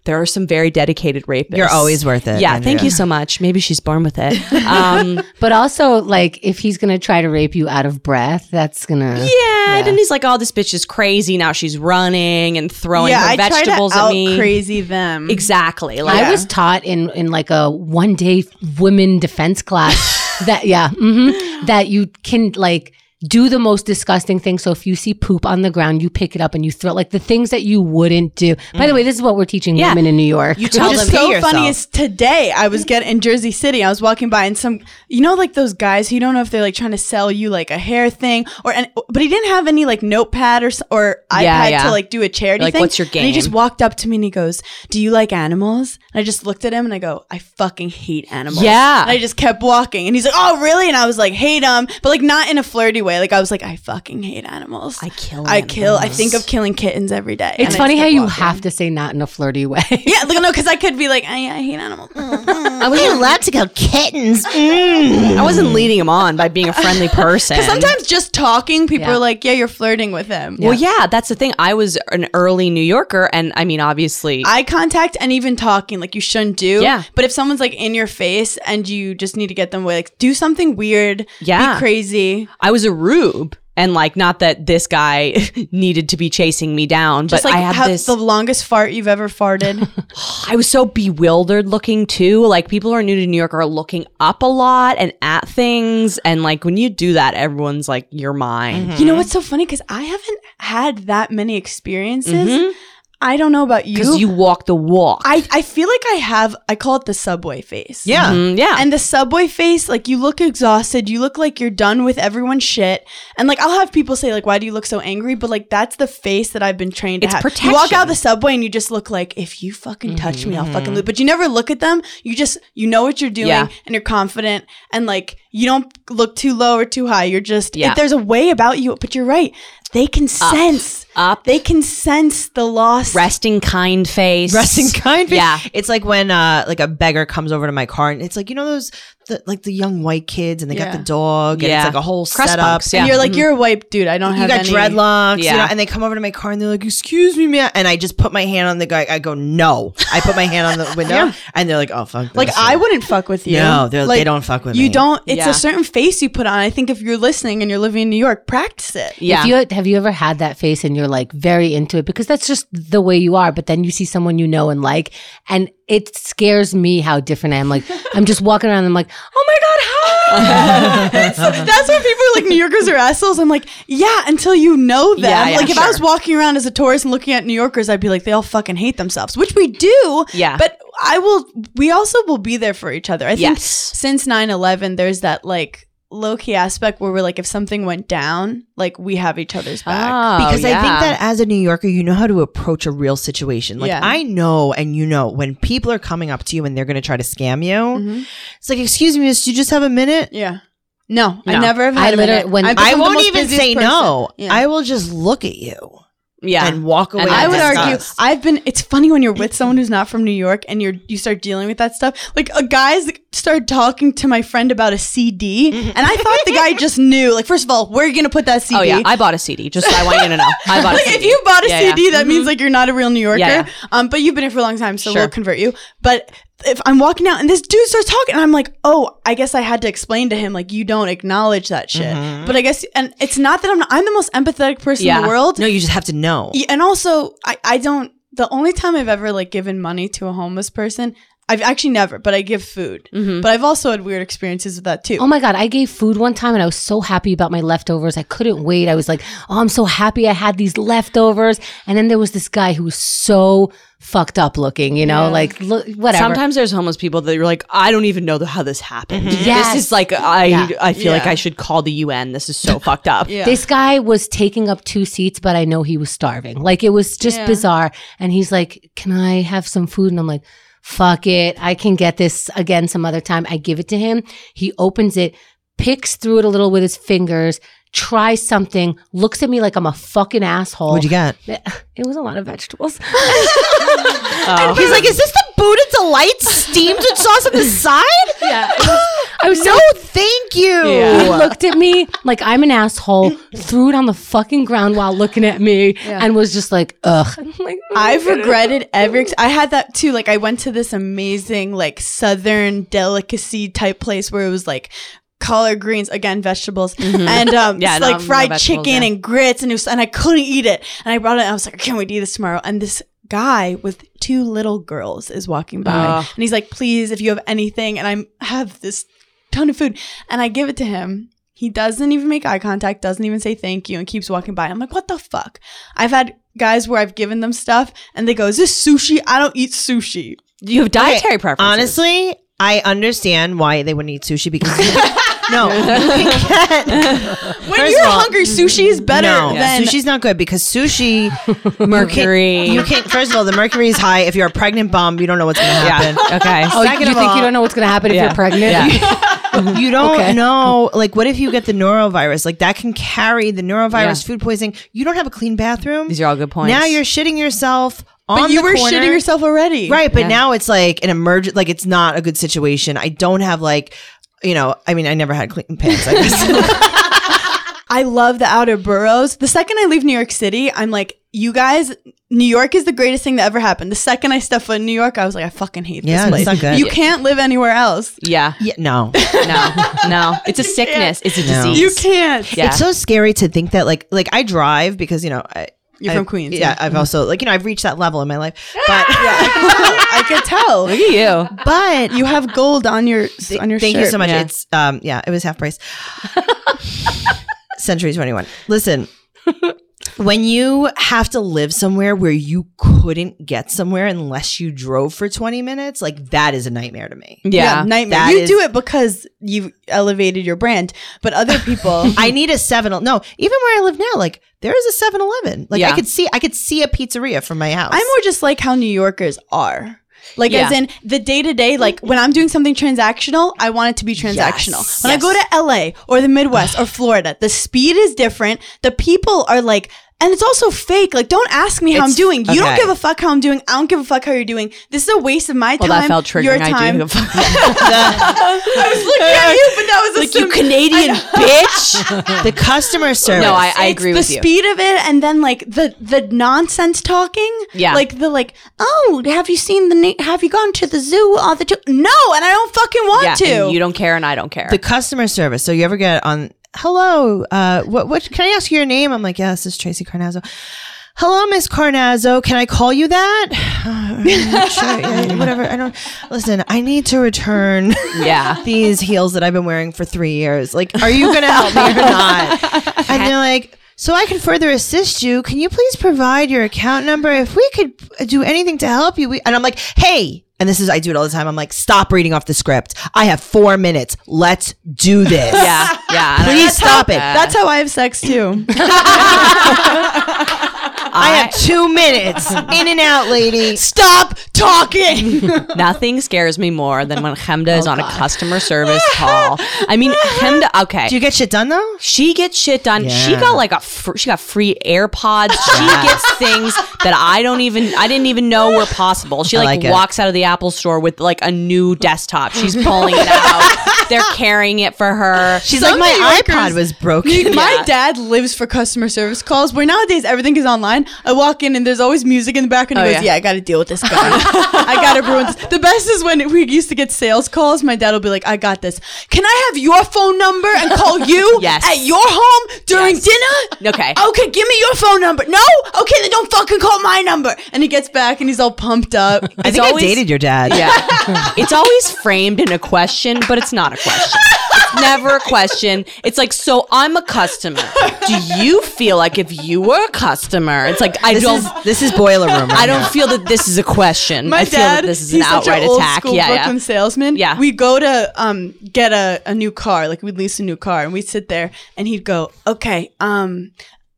Speaker 2: there are some very dedicated rapists.
Speaker 1: You're always worth it,
Speaker 2: Yeah,
Speaker 1: Andrea.
Speaker 2: thank you so much. Maybe she's born with it. Um,
Speaker 3: But also, like, if he's gonna try to rape you out of breath, that's gonna.
Speaker 2: yeah, and then he's like, "Oh, this bitch is crazy." Now she's running and throwing her
Speaker 4: I try to
Speaker 2: vegetables at
Speaker 4: out
Speaker 2: me.
Speaker 4: crazy them.
Speaker 2: Exactly. Like,
Speaker 3: I was taught in in like a one day women defense class that yeah mhm, that you can like do the most disgusting thing. So if you see poop on the ground, you pick it up and you throw like the things that you wouldn't do. By the way, this is what we're teaching
Speaker 2: Mm. Yeah.
Speaker 3: women in New York.
Speaker 2: You tell
Speaker 4: Which
Speaker 2: them
Speaker 4: is so
Speaker 1: pee yourself.
Speaker 4: funny is today I was getting in Jersey City. I was walking by and some, you know, like those guys who you don't know if they're like trying to sell you like a hair thing or, and, but he didn't have any like notepad or s- or iPad
Speaker 2: Yeah, yeah.
Speaker 4: to like do a charity
Speaker 2: Like,
Speaker 4: thing.
Speaker 2: what's your
Speaker 4: And he just
Speaker 2: game?
Speaker 4: walked up to me and he goes, "Do you like animals?" And I just looked at him and I go, "I fucking hate animals."
Speaker 2: Yeah.
Speaker 4: And I just kept walking and he's like, "Oh really?" And I was like, "Hate them," but like not in a flirty way. away. Like I was like, I fucking hate animals.
Speaker 2: I kill.
Speaker 4: I kill. I
Speaker 2: animals.
Speaker 4: think of killing kittens every day. and
Speaker 3: It's
Speaker 4: I
Speaker 3: funny
Speaker 4: just
Speaker 3: how
Speaker 4: kept
Speaker 3: you
Speaker 4: walking.
Speaker 3: have to say not in a flirty way.
Speaker 4: Yeah, like, no, because I could be like, "Ah, I, I hate animals.
Speaker 1: I wasn't allowed to kill kittens. Mm.
Speaker 2: I wasn't leading him on by being a friendly person.
Speaker 4: Because sometimes just talking, people
Speaker 3: Yeah.
Speaker 4: are like, yeah, you're flirting with him.
Speaker 2: Well, yeah, that's the thing. I was an early New Yorker, and I mean, obviously,
Speaker 4: Eye contact and even talking, like you shouldn't do.
Speaker 2: Yeah.
Speaker 4: But if someone's like in your face and you just need to get them away, like do something weird.
Speaker 2: Yeah.
Speaker 4: Be crazy.
Speaker 2: I was a rube, and like, not that this guy needed to be chasing me down,
Speaker 4: Just
Speaker 2: but
Speaker 4: like
Speaker 2: I had
Speaker 4: have
Speaker 2: this.
Speaker 4: the longest fart you've ever farted.
Speaker 2: I was so bewildered looking too. Like, people who are new to New York are looking up a lot and at things, and like, when you do that, everyone's like, "You're mine."
Speaker 4: you know what's so funny? Because I haven't had that many experiences. I don't know about you.
Speaker 2: Because Mm-hmm. you walk the walk.
Speaker 4: I, I feel like I have, I call it the subway face.
Speaker 1: Yeah.
Speaker 2: Mm, yeah.
Speaker 4: And the subway face, like you look exhausted, you look like you're done with everyone's shit. And like I'll have people say, like, why do you look so angry? But like that's the face that I've been trained to
Speaker 2: It's
Speaker 4: have. You
Speaker 2: protection.
Speaker 4: walk
Speaker 2: Mm-hmm.
Speaker 4: out the subway and you just look like, if you fucking touch me, I'll fucking lose. But you never look at them. You just you know what you're doing
Speaker 2: Yeah.
Speaker 4: and you're confident and like you don't look too low or too high. You're just
Speaker 2: Yeah.
Speaker 4: if there's a way about you, but you're right. They can sense
Speaker 2: up.
Speaker 4: they can sense the loss.
Speaker 2: resting kind face.
Speaker 1: Resting kind. Face.
Speaker 2: Yeah.
Speaker 1: It's like when uh like a beggar comes over to my car and it's like, you know those the, like the young white kids and they got
Speaker 4: Yeah.
Speaker 1: the dog and
Speaker 2: Yeah.
Speaker 1: it's like a whole
Speaker 2: Crust
Speaker 1: setup.
Speaker 2: bunks, yeah.
Speaker 4: And you're like, you're a white dude. I don't
Speaker 1: You
Speaker 4: have
Speaker 1: got
Speaker 4: any.
Speaker 1: dreadlocks, yeah.
Speaker 2: Yeah.
Speaker 1: and they come over to my car and they're like, "Excuse me, man," and I just put my hand on the guy. I go, "No," I put my hand on the window, and they're like, "Oh fuck!" this."
Speaker 4: Like I wouldn't fuck with you.
Speaker 1: No, they're-
Speaker 4: like,
Speaker 1: they don't fuck with
Speaker 4: you
Speaker 1: me.
Speaker 4: don't. It's
Speaker 2: Yeah.
Speaker 4: a certain face you put on. I think if you're listening and you're living in New York, practice it.
Speaker 2: Yeah.
Speaker 3: If you have you ever had that face and you're like very into it because that's just the way you are, but then you see someone you know and like, and it scares me how different I am. Like I'm just walking around, and I'm like, oh my god,
Speaker 4: It's- that's why people are like New Yorkers are assholes. I'm like, yeah, until you know them.
Speaker 2: Yeah, yeah,
Speaker 4: like if I was
Speaker 2: sure.
Speaker 4: walking around as a tourist and looking at New Yorkers, I'd be like, they all fucking hate themselves, which we do.
Speaker 2: Yeah.
Speaker 4: But I will. We also will be there for each other. I think
Speaker 2: Yes.
Speaker 4: since 9-11, there's that like low key aspect where we're like, if something went down, like we have each other's back.
Speaker 2: Oh,
Speaker 1: because I
Speaker 2: yeah.
Speaker 1: think that as a New Yorker, you know how to approach a real situation. Like
Speaker 4: Yeah.
Speaker 1: I know, and you know, when people are coming up to you and they're going to try to scam you,
Speaker 4: Mhm.
Speaker 1: it's like, "Excuse me, miss, do you just have a minute?"
Speaker 4: Yeah. No, I
Speaker 2: No.
Speaker 4: never have
Speaker 3: I
Speaker 4: had a
Speaker 3: literally-
Speaker 4: minute.
Speaker 3: when-
Speaker 4: I've
Speaker 1: I
Speaker 4: become the
Speaker 1: won't
Speaker 4: most
Speaker 1: even
Speaker 4: busiest
Speaker 1: say
Speaker 4: person.
Speaker 1: no.
Speaker 4: Yeah.
Speaker 1: I will just look at you
Speaker 2: yeah.
Speaker 1: and walk away.
Speaker 2: And
Speaker 4: I
Speaker 1: in
Speaker 4: would argue
Speaker 1: disgust.
Speaker 4: I've been it's funny when you're with someone who's not from New York and you're you start dealing with that stuff. Like a guy's started talking to my friend about a CD and I thought the guy just knew. Like first of all, where are you going to put that CD?
Speaker 2: Oh yeah, I bought a CD. Just I want you to know, I bought a
Speaker 4: like
Speaker 2: CD.
Speaker 4: if you bought a
Speaker 2: Yeah,
Speaker 4: CD,
Speaker 2: yeah. Mm-hmm.
Speaker 4: that means like you're not a real New Yorker.
Speaker 2: Yeah, yeah.
Speaker 4: Um, but you've been here for a long time, so
Speaker 2: Sure.
Speaker 4: we'll convert you. But if I'm walking out and this dude starts talking, and I'm like, oh, I guess I had to explain to him like you don't acknowledge that shit. But I guess, and it's not that I'm not, I'm the most empathetic person in
Speaker 2: Mm-hmm. Yeah.
Speaker 4: the world.
Speaker 1: no, you just have to know.
Speaker 4: Yeah, and also I, I don't the only time i've ever like given money to a homeless person i've actually never but i give food
Speaker 2: Mm-hmm.
Speaker 4: but i've also had weird experiences with that too
Speaker 3: Oh my God, I gave food one time and I was so happy about my leftovers. I couldn't wait. I was like, oh, I'm so happy I had these leftovers. And then there was this guy who was so fucked up looking, you know, like, look, whatever.
Speaker 2: Sometimes there's homeless people that you're like, I don't even know the- how this happened.
Speaker 3: Yes.
Speaker 2: This is like I
Speaker 3: Yeah.
Speaker 2: I feel like
Speaker 4: Yeah.
Speaker 2: I should call the UN. This is so fucked up.
Speaker 4: yeah
Speaker 3: This guy was taking up two seats, but I know he was starving. Like it was just
Speaker 4: Yeah.
Speaker 3: bizarre. And he's like, Can I have some food? And I'm like, Fuck it. I can get this again some other time. I give it to him. He opens it, picks through it a little with his fingers, tries something, looks at me like I'm a fucking asshole.
Speaker 1: What'd you get?
Speaker 3: It was a lot of vegetables.
Speaker 2: Oh.
Speaker 1: He's like, "Is this the Buddha delight steamed with sauce on the side?"
Speaker 3: yeah. I was, I was
Speaker 1: No,
Speaker 3: so
Speaker 1: thank you.
Speaker 2: Yeah.
Speaker 3: He looked at me like I'm an asshole, threw it on the fucking ground while looking at me, and was just like, ugh. I'm like,
Speaker 4: I've regretted every. Ex- I had that too. Like I went to this amazing like southern delicacy type place where it was like collard greens again vegetables and um
Speaker 2: Mm-hmm. Yeah,
Speaker 4: s-
Speaker 2: no,
Speaker 4: like
Speaker 2: no
Speaker 4: fried
Speaker 2: vegetables,
Speaker 4: chicken
Speaker 2: yeah.
Speaker 4: and grits and it was and I couldn't eat it and I brought it and I was like I can't wait to eat this tomorrow and this guy with two little girls is walking by
Speaker 2: Ugh.
Speaker 4: and he's like please if you have anything and I'm I have this ton of food and I give it to him he doesn't even make eye contact, doesn't even say thank you, and keeps walking by. I'm like, what the fuck? I've had guys where I've given them stuff and they go, is this sushi? I don't eat sushi.
Speaker 2: You have dietary
Speaker 1: Okay,
Speaker 2: preferences.
Speaker 1: Honestly, I understand why they wouldn't eat sushi because you can- no, you can get
Speaker 4: When
Speaker 1: First
Speaker 4: you you're
Speaker 1: of all,
Speaker 4: hungry, sushi is better
Speaker 1: no,
Speaker 4: than
Speaker 1: sushi's not good because sushi
Speaker 2: mercury.
Speaker 1: You can't. First of all, the mercury is high. If you're a pregnant bum, you don't know what's going to happen.
Speaker 2: yeah. Okay.
Speaker 3: Oh,
Speaker 1: Second
Speaker 3: you
Speaker 1: of
Speaker 3: think
Speaker 1: all-
Speaker 3: you don't know what's going to happen if
Speaker 2: Yeah.
Speaker 3: you're pregnant?
Speaker 2: Yeah.
Speaker 1: you don't
Speaker 3: Okay.
Speaker 1: know. Like, what if you get the norovirus? Like, that can carry the norovirus,
Speaker 2: Yeah.
Speaker 1: food poisoning. You don't have a clean bathroom.
Speaker 2: These are all good points.
Speaker 1: Now you're shitting yourself on
Speaker 4: But you
Speaker 1: the
Speaker 4: were
Speaker 1: corner.
Speaker 4: shitting yourself already.
Speaker 1: Right, but
Speaker 2: Yeah.
Speaker 1: now it's like an emergent, like it's not a good situation. I don't have like, you know, I mean, I never had clean pants. I guess.
Speaker 4: I love the outer boroughs. The second I leave New York City, I'm like, you guys, New York is the greatest thing that ever happened. The second I step foot in New York, I was like, I fucking hate
Speaker 1: Yeah,
Speaker 4: this
Speaker 1: it's
Speaker 4: place.
Speaker 1: not good.
Speaker 4: You can't live anywhere else.
Speaker 2: yeah.
Speaker 1: yeah, no.
Speaker 2: No, no. It's a sickness. It's a
Speaker 1: No.
Speaker 2: disease.
Speaker 4: You can't.
Speaker 2: Yeah.
Speaker 1: It's so scary to think that like, like I drive because you know, I,
Speaker 4: You're
Speaker 1: I-
Speaker 4: from Queens.
Speaker 1: Yeah, I've also like you know I've reached that level in my life, but
Speaker 4: I could tell.
Speaker 2: Look at you.
Speaker 1: but
Speaker 4: You have gold on your on your
Speaker 1: Thank
Speaker 4: shirt.
Speaker 1: you so much.
Speaker 2: Yeah.
Speaker 1: It's um yeah, it was half price. Century 21. Listen. When you have to live somewhere where you couldn't get somewhere unless you drove for 20 minutes, like that is a nightmare to me.
Speaker 2: Yeah.
Speaker 4: nightmare.
Speaker 1: That
Speaker 4: you
Speaker 1: is-
Speaker 4: do it because you elevated your brand, but other people.
Speaker 1: I need a 7 No, even where I live now, like there is a 7-Eleven. Like I
Speaker 2: Yeah.
Speaker 1: could see I could see a pizzeria from my house.
Speaker 4: I more just like how New Yorkers are. Like
Speaker 2: Yeah.
Speaker 4: as in the day to day, like when I'm doing something transactional, I want it to be transactional.
Speaker 2: Yes.
Speaker 4: When I go to LA or the Midwest or Florida, the speed is different. The people are like and it's also fake. Like, don't ask me how I'm
Speaker 1: It's-
Speaker 4: doing. You don't
Speaker 1: okay.
Speaker 4: give a fuck how I'm doing. I don't give a fuck how you're doing. This is a waste of my
Speaker 2: Well,
Speaker 4: time.
Speaker 2: that felt
Speaker 4: Your
Speaker 2: triggering. I
Speaker 4: time.
Speaker 2: do.
Speaker 4: I was looking at you, but that was a
Speaker 2: like you
Speaker 4: sim-
Speaker 2: Canadian bitch.
Speaker 1: the customer service.
Speaker 2: No, I, I
Speaker 4: it's
Speaker 2: agree
Speaker 4: the
Speaker 2: with you.
Speaker 4: speed of it and then like the the nonsense talking
Speaker 2: Yeah.
Speaker 4: like the like oh have you seen the na- have you gone to the zoo all the t-? no and i don't fucking want
Speaker 2: yeah,
Speaker 4: to
Speaker 2: and you don't care, and I don't care.
Speaker 1: the customer service. So you ever get on? Hello, uh, what? What? Can I ask you your name? I'm like, yeah, this is Tracy Carnazzo. Hello, Miss Carnazzo. Can I call you that? sure, yeah, whatever. I don't listen. I need to return.
Speaker 2: Yeah.
Speaker 1: these heels that I've been wearing for three years. Like, are you going to help me or not? And they're like. So I can further assist you. Can you please provide your account number? If we could uh, do anything to help you, we, and I'm like, hey, and this is I do it all the time. I'm like, stop reading off the script. I have four minutes. Let's do this.
Speaker 2: yeah, yeah. and I-
Speaker 1: Please stop it.
Speaker 4: that's how i have sex too
Speaker 1: I have two minutes. In and out, lady.
Speaker 4: stop talking
Speaker 2: Nothing scares me more than when Hemda is on a customer service call. I mean, Hemda. Okay,
Speaker 1: Do you get shit done though?
Speaker 2: she gets shit done. She
Speaker 1: Yeah.
Speaker 2: got like a fr- she got free AirPods. She gets things that I don't even I didn't even know were possible. She
Speaker 1: I
Speaker 2: like,
Speaker 1: like it.
Speaker 2: walks out of the Apple store with like a new desktop. She's pulling it out. They're carrying it for her.
Speaker 1: She's like,
Speaker 4: Some
Speaker 1: my
Speaker 4: New Yorkers-
Speaker 1: iPod was broken.
Speaker 4: my
Speaker 2: Yeah.
Speaker 4: dad lives for customer service calls where nowadays everything is online i walk in and there's always music in the background he
Speaker 2: Oh,
Speaker 4: goes
Speaker 2: yeah.
Speaker 4: yeah. i gotta deal with this guy i gotta ruin this the best is when we used to get sales calls my dad will be like i got this can i have your phone number and call you
Speaker 2: Yes.
Speaker 4: at your home during
Speaker 2: Yes.
Speaker 4: dinner
Speaker 2: Okay.
Speaker 4: Okay, give me your phone number. No? Okay, then don't fucking call my number. And he gets back and he's all pumped up.
Speaker 1: I think
Speaker 2: always-
Speaker 1: I dated your dad.
Speaker 2: Yeah. it's always framed in a question, but it's not a question. It's never a question. It's like, so I'm a customer. Do you feel like if you were a customer, it's like I
Speaker 1: This
Speaker 2: don't
Speaker 1: is this is boiler room. right
Speaker 2: I don't
Speaker 1: now.
Speaker 2: feel that this is a question.
Speaker 4: my
Speaker 2: I feel
Speaker 4: dad,
Speaker 2: that this is an
Speaker 4: he's such
Speaker 2: outright
Speaker 4: an old
Speaker 2: attack.
Speaker 4: school
Speaker 2: Yeah,
Speaker 4: Brooklyn
Speaker 2: yeah.
Speaker 4: salesman.
Speaker 2: Yeah.
Speaker 4: we go to um get a, a new car, like we'd lease a new car, and we'd sit there, and he'd go, "Okay, um,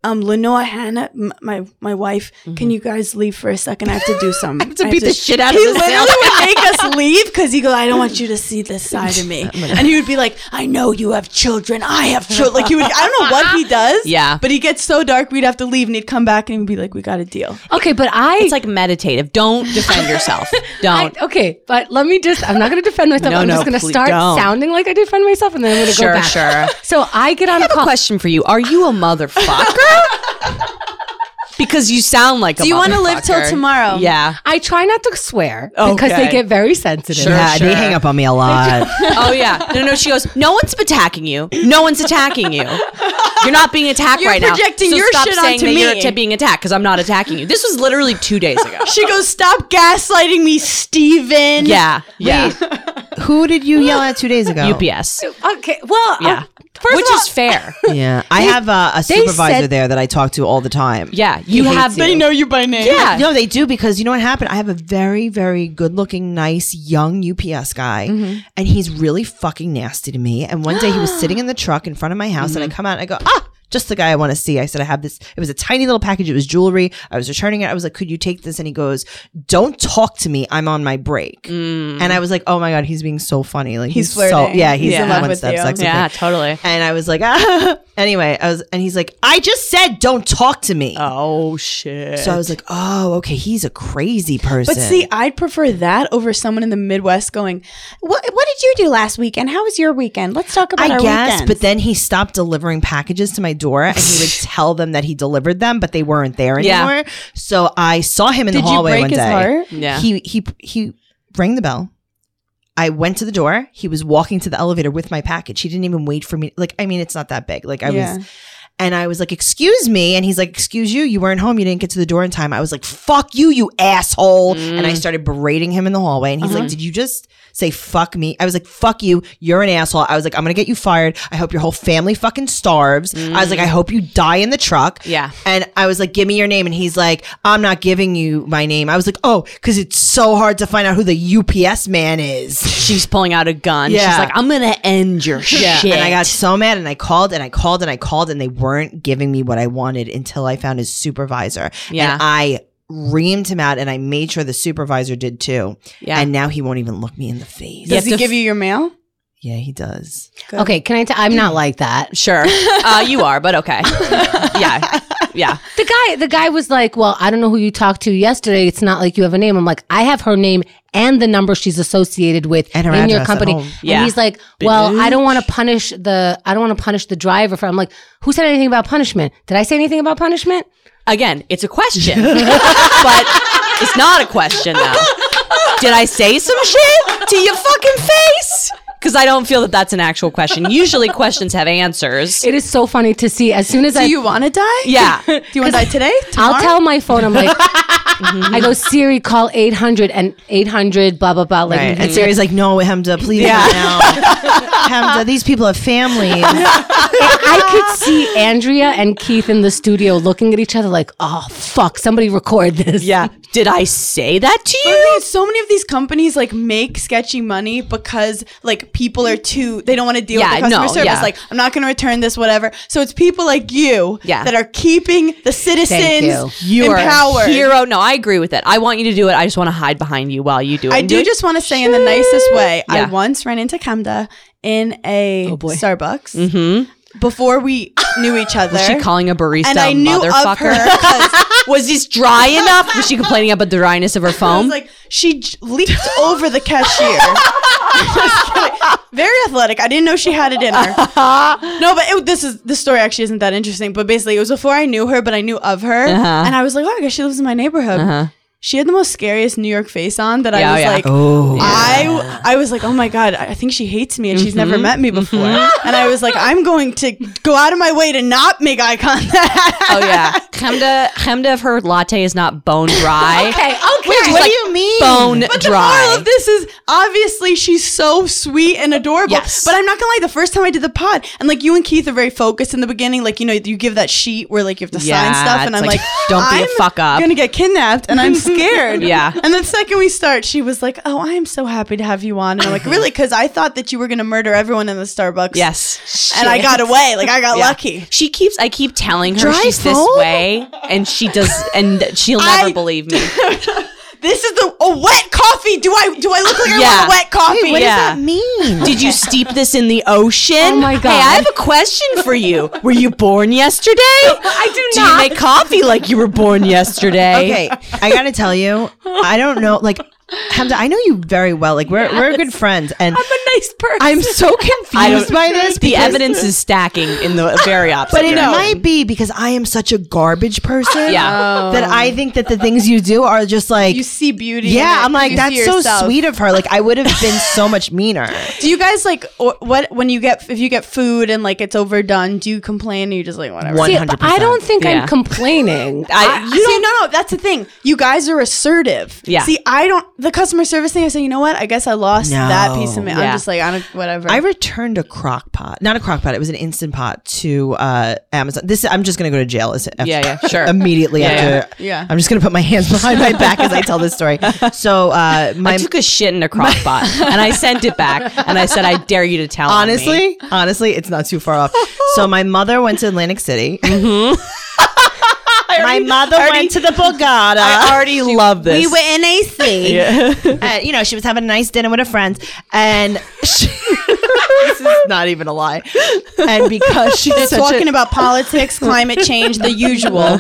Speaker 4: um, Lenore, Hannah, m- my my wife, can you guys leave for a second? I have to do something. I have
Speaker 2: Mm-hmm. to beat the shit out
Speaker 4: he
Speaker 2: of this
Speaker 4: literally
Speaker 2: sales
Speaker 4: would make us leave because he go, "I don't want you to see this side of me," and he would be like, "I know you have children. I have children." Like he would, I don't know what he does.
Speaker 2: Yeah.
Speaker 4: but he gets so dark, we'd have to leave, and he'd come back and he'd be like, "We got a deal."
Speaker 3: Okay, but I
Speaker 2: It's like meditative. Don't defend yourself.
Speaker 3: I-
Speaker 2: Don't.
Speaker 3: okay, but let me just. I'm not going to defend myself.
Speaker 2: No,
Speaker 3: I'm
Speaker 2: no,
Speaker 3: just going to
Speaker 2: please
Speaker 3: start
Speaker 2: don't.
Speaker 3: sounding like I defend myself, and then I'm going to
Speaker 2: Sure,
Speaker 3: go back.
Speaker 2: sure.
Speaker 3: So I get on
Speaker 2: I
Speaker 3: a
Speaker 2: have a
Speaker 3: call.
Speaker 2: question for you. Are you a motherfucker? because you sound like a
Speaker 4: Do you want to live till
Speaker 2: motherfucker.
Speaker 4: tomorrow?
Speaker 2: Yeah.
Speaker 3: I try not to swear because
Speaker 2: Okay.
Speaker 3: they get very sensitive.
Speaker 1: yeah,
Speaker 2: sure.
Speaker 1: they hang up on me a lot.
Speaker 2: Oh yeah. No, no. She goes. No one's attacking you. No one's attacking you. You're not being attacked
Speaker 4: You're
Speaker 2: right
Speaker 4: projecting
Speaker 2: now. So
Speaker 4: your
Speaker 2: stop
Speaker 4: shit
Speaker 2: saying
Speaker 4: onto
Speaker 2: that
Speaker 4: me.
Speaker 2: you're att- being attacked because I'm not attacking you. This was literally two days ago.
Speaker 4: She goes, "Stop gaslighting me, Steven.
Speaker 2: yeah. Yeah.
Speaker 1: Who did you yell at two days ago?
Speaker 2: UPS.
Speaker 3: Okay. Well,
Speaker 2: Yeah.
Speaker 3: yeah. first
Speaker 2: Which
Speaker 3: of all,
Speaker 2: is fair.
Speaker 1: Yeah, I have a, a supervisor
Speaker 3: said-
Speaker 1: there that I talk to all the time.
Speaker 2: Yeah. You
Speaker 1: hates
Speaker 2: have.
Speaker 4: They know you by name.
Speaker 2: Yeah.
Speaker 1: No, they do because you know what happened? I have a very, very good looking, nice, young UPS guy,
Speaker 4: Mm-hmm. Mm-hmm.
Speaker 1: and he's really fucking nasty to me. And one day he was sitting in the truck in front of my house, and I come out and I go, ah, just the guy I want to see. I said, I have this. It was a tiny little package. It was jewelry. I was returning it. I was like, could you take this? And he goes, don't talk to me. I'm on my break. And I was like, oh my God, he's being so funny. Like
Speaker 4: Mm.
Speaker 1: he's,
Speaker 4: He's
Speaker 1: so,
Speaker 4: flirting.
Speaker 1: yeah, he's
Speaker 4: Yeah.
Speaker 1: in
Speaker 4: In love
Speaker 1: one
Speaker 4: with
Speaker 1: step
Speaker 4: you.
Speaker 1: sex with
Speaker 2: yeah,
Speaker 1: me.
Speaker 2: totally.
Speaker 1: And I was like, ah. anyway, I was, and he's like, I just said, don't talk to me.
Speaker 2: Oh shit.
Speaker 1: So I was like, oh, okay, he's a crazy person.
Speaker 4: But see, I'd prefer that over someone in the Midwest going, "What what did you do last weekend? How was your weekend? Let's talk about
Speaker 1: I
Speaker 4: our
Speaker 1: guess,
Speaker 4: weekends."
Speaker 1: but then he stopped delivering packages to my door and he would tell them that he delivered them, but they weren't there
Speaker 2: Yeah.
Speaker 1: anymore. So I saw him in
Speaker 4: did
Speaker 1: the
Speaker 4: you
Speaker 1: hallway
Speaker 4: break
Speaker 1: one
Speaker 4: his
Speaker 1: day.
Speaker 4: heart?
Speaker 2: yeah.
Speaker 1: He he he rang the bell. I went to the door. He was walking to the elevator with my package. He didn't even wait for me. Like, I mean, it's not that big. Like I
Speaker 4: Yeah.
Speaker 1: was and I was like, excuse me. And he's like, excuse you. You weren't home. You didn't get to the door in time. I was like, fuck you, you asshole. And I started berating him in the hallway. And he's like, did you just say fuck me? I was like, fuck you. You're an asshole. I was like, I'm going to get you fired. I hope your whole family fucking starves. I was like, I hope you die in the truck.
Speaker 2: Yeah.
Speaker 1: And I was like, give me your name. And he's like, I'm not giving you my name. I was like, oh, because it's so hard to find out who the UPS man is.
Speaker 2: She's pulling out a gun. She's
Speaker 1: Yeah.
Speaker 2: like, I'm gonna end your shit.
Speaker 1: And I got so mad and I called and I called and I called and they weren't giving me what I wanted until I found his supervisor.
Speaker 2: Yeah.
Speaker 1: And I reamed him out and I made sure the supervisor did too.
Speaker 2: Yeah.
Speaker 1: And now he won't even look me in the face.
Speaker 2: Yeah.
Speaker 4: Does he
Speaker 2: to-
Speaker 4: give you your mail?
Speaker 1: Yeah, he does.
Speaker 3: Okay, can I? T- I'm
Speaker 2: Mm.
Speaker 3: not like that.
Speaker 2: Sure. Uh, you are, but okay. yeah. Yeah.
Speaker 3: The guy, the guy was like, "Well, I don't know who you talked to yesterday. It's not like you have a name." I'm like, "I have her name and the number she's associated with
Speaker 1: And her
Speaker 3: in your
Speaker 1: address at
Speaker 3: company."
Speaker 1: home.
Speaker 2: Yeah.
Speaker 3: And he's like, "Well, I don't want to punish the I don't want to punish the driver for." I'm like, "Who said anything about punishment? Did I say anything about punishment?"
Speaker 2: Again, it's a question, but it's not a question now. Did I say some shit to your fucking face? Because I don't feel that that's an actual question. Usually, questions have answers.
Speaker 3: It is so funny to see as soon as I
Speaker 4: Do you want to die?
Speaker 2: Yeah.
Speaker 4: Do you want to die today?
Speaker 3: I'll tell my phone. I'm like, I go Siri, call 800 and 800, blah blah blah. Like,
Speaker 1: Right. And Siri's like, no, Hamza, please yeah. now. Hamza, these people have families.
Speaker 3: I could see Andrea and Keith in the studio looking at each other like, oh fuck, somebody record this.
Speaker 2: Yeah. Did I say that to
Speaker 4: I
Speaker 2: you?
Speaker 4: mean, Oh, so many of these companies like make sketchy money because like people are too they don't want to deal
Speaker 2: Yeah,
Speaker 4: with the customer
Speaker 2: no,
Speaker 4: service.
Speaker 2: yeah.
Speaker 4: Like I'm not going to return this, whatever. So it's people like you
Speaker 2: Yeah.
Speaker 4: that are keeping the
Speaker 3: you.
Speaker 4: citizens
Speaker 2: You are
Speaker 4: empowered.
Speaker 2: a hero. No, I agree with it. I want you to do it. I just want to hide behind you while you do it.
Speaker 4: I
Speaker 2: And do
Speaker 4: do
Speaker 2: it-
Speaker 4: just want to say in the nicest way.
Speaker 2: Yeah. Oh,
Speaker 4: I once ran into Kamda in a Starbucks before we knew each other.
Speaker 2: Mm-hmm. Was she calling a barista
Speaker 4: and I knew
Speaker 2: motherfucker?
Speaker 4: of her 'cause
Speaker 2: Was this dry enough? Was she complaining about the dryness of her
Speaker 4: I
Speaker 2: foam?
Speaker 4: was like, she j- leaped over the cashier. Just kidding. Very athletic. I didn't know she had it in her. No, but it, this is this story actually isn't that interesting. But basically, it was before I knew her, but I knew of her,
Speaker 2: Uh-huh.
Speaker 4: and I was like, oh, I guess she lives in my neighborhood. She had the most scariest New York face on that
Speaker 2: Yeah,
Speaker 4: I was
Speaker 2: yeah.
Speaker 4: like,
Speaker 1: Oh.
Speaker 4: I I was like, oh my god, I think she hates me and she's
Speaker 2: Mm-hmm.
Speaker 4: never met me before. And I was like, I'm going to go out of my way to not make eye contact.
Speaker 2: oh yeah, Chemda, Chemda, if her latte is not bone dry,
Speaker 3: Okay, okay.
Speaker 2: she's
Speaker 1: what
Speaker 2: like,
Speaker 1: do you mean?
Speaker 2: bone
Speaker 4: The moral
Speaker 2: dry?
Speaker 4: of this is obviously she's so sweet and adorable.
Speaker 2: Yes.
Speaker 4: But I'm not gonna lie, the first time I did the pod, and like you and Keith are very focused in the beginning, like you know, you give that sheet where like you have to
Speaker 2: Yeah,
Speaker 4: sign stuff, and
Speaker 2: it's
Speaker 4: I'm
Speaker 2: like,
Speaker 4: like,
Speaker 2: don't be a
Speaker 4: I'm
Speaker 2: fuck up.
Speaker 4: Gonna get kidnapped, and I'm scared.
Speaker 2: Yeah.
Speaker 4: And the second we start, she was like, "Oh, I am so happy to have you on," and I'm like, "Really?" Because I thought that you were gonna murder everyone in the Starbucks.
Speaker 2: yes,
Speaker 4: And I got away. Like I got
Speaker 2: Yeah.
Speaker 4: lucky.
Speaker 2: She keeps. I keep telling her
Speaker 1: Dry
Speaker 2: she's this
Speaker 1: foam?
Speaker 2: way, and she does, and she'll never
Speaker 4: I-
Speaker 2: believe me.
Speaker 4: This is the a wet coffee. Do I do I look like I
Speaker 2: Yeah.
Speaker 4: want a wet coffee?
Speaker 2: what is
Speaker 1: What does
Speaker 2: Yeah.
Speaker 1: that mean?
Speaker 2: Did you steep this in the ocean? Oh
Speaker 3: my God.
Speaker 2: Hey, I have a question for you. Were you born yesterday? I
Speaker 3: do
Speaker 2: Do
Speaker 3: not.
Speaker 2: you make coffee like you were born yesterday?
Speaker 1: Okay, I gotta tell you, I don't know. Like, Hamza, I know you very well. Like, we're we're good friends, and I'm a nice person. I'm so
Speaker 2: I don't-
Speaker 1: confused by this.
Speaker 2: The
Speaker 1: because-
Speaker 2: evidence is stacking in the very opposite.
Speaker 1: but it
Speaker 2: direction.
Speaker 1: might be because I am such a garbage person.
Speaker 2: Yeah.
Speaker 1: that I think that the things you do are just like.
Speaker 4: You see beauty. in
Speaker 1: yeah,
Speaker 4: it.
Speaker 1: I'm like
Speaker 4: You
Speaker 1: that's
Speaker 4: see
Speaker 1: so
Speaker 4: yourself.
Speaker 1: sweet of her. Like I would have been so much meaner.
Speaker 4: Do you guys like or- what when you get if you get food and like it's overdone? Do you complain? Or you just like whatever.
Speaker 1: One
Speaker 3: See, but
Speaker 1: hundred.
Speaker 3: I don't think
Speaker 2: Yeah.
Speaker 3: I'm complaining.
Speaker 2: I,
Speaker 4: See, no, no, that's the thing. You guys are assertive.
Speaker 2: Yeah.
Speaker 4: See, I don't. the customer service thing. I said, you know what? I guess I lost
Speaker 1: No.
Speaker 4: that piece of it. I'm
Speaker 2: Yeah.
Speaker 4: just like, I don't, whatever.
Speaker 1: I returned a crock pot, not a crock pot. It was an instant pot to uh, Amazon. This I'm just gonna go to jail. As,
Speaker 2: Yeah, yeah, sure.
Speaker 1: Immediately
Speaker 2: Yeah,
Speaker 1: after,
Speaker 4: yeah. Yeah.
Speaker 1: I'm just gonna put my hands behind my back as I tell this story. So uh,
Speaker 2: I
Speaker 1: my
Speaker 2: took a shit in a crock pot and I sent it back and I said, I dare you to tell. on me."
Speaker 1: honestly, honestly, it's not too far off. So my mother went to Atlantic City. my mother went to the Borgata.
Speaker 2: I already love this.
Speaker 1: We were in AC. Uh, you know, she was having a nice dinner with her friends, and she, this is not even a lie. And because she's
Speaker 4: It's
Speaker 1: such a-
Speaker 4: talking about politics, climate change, the usual.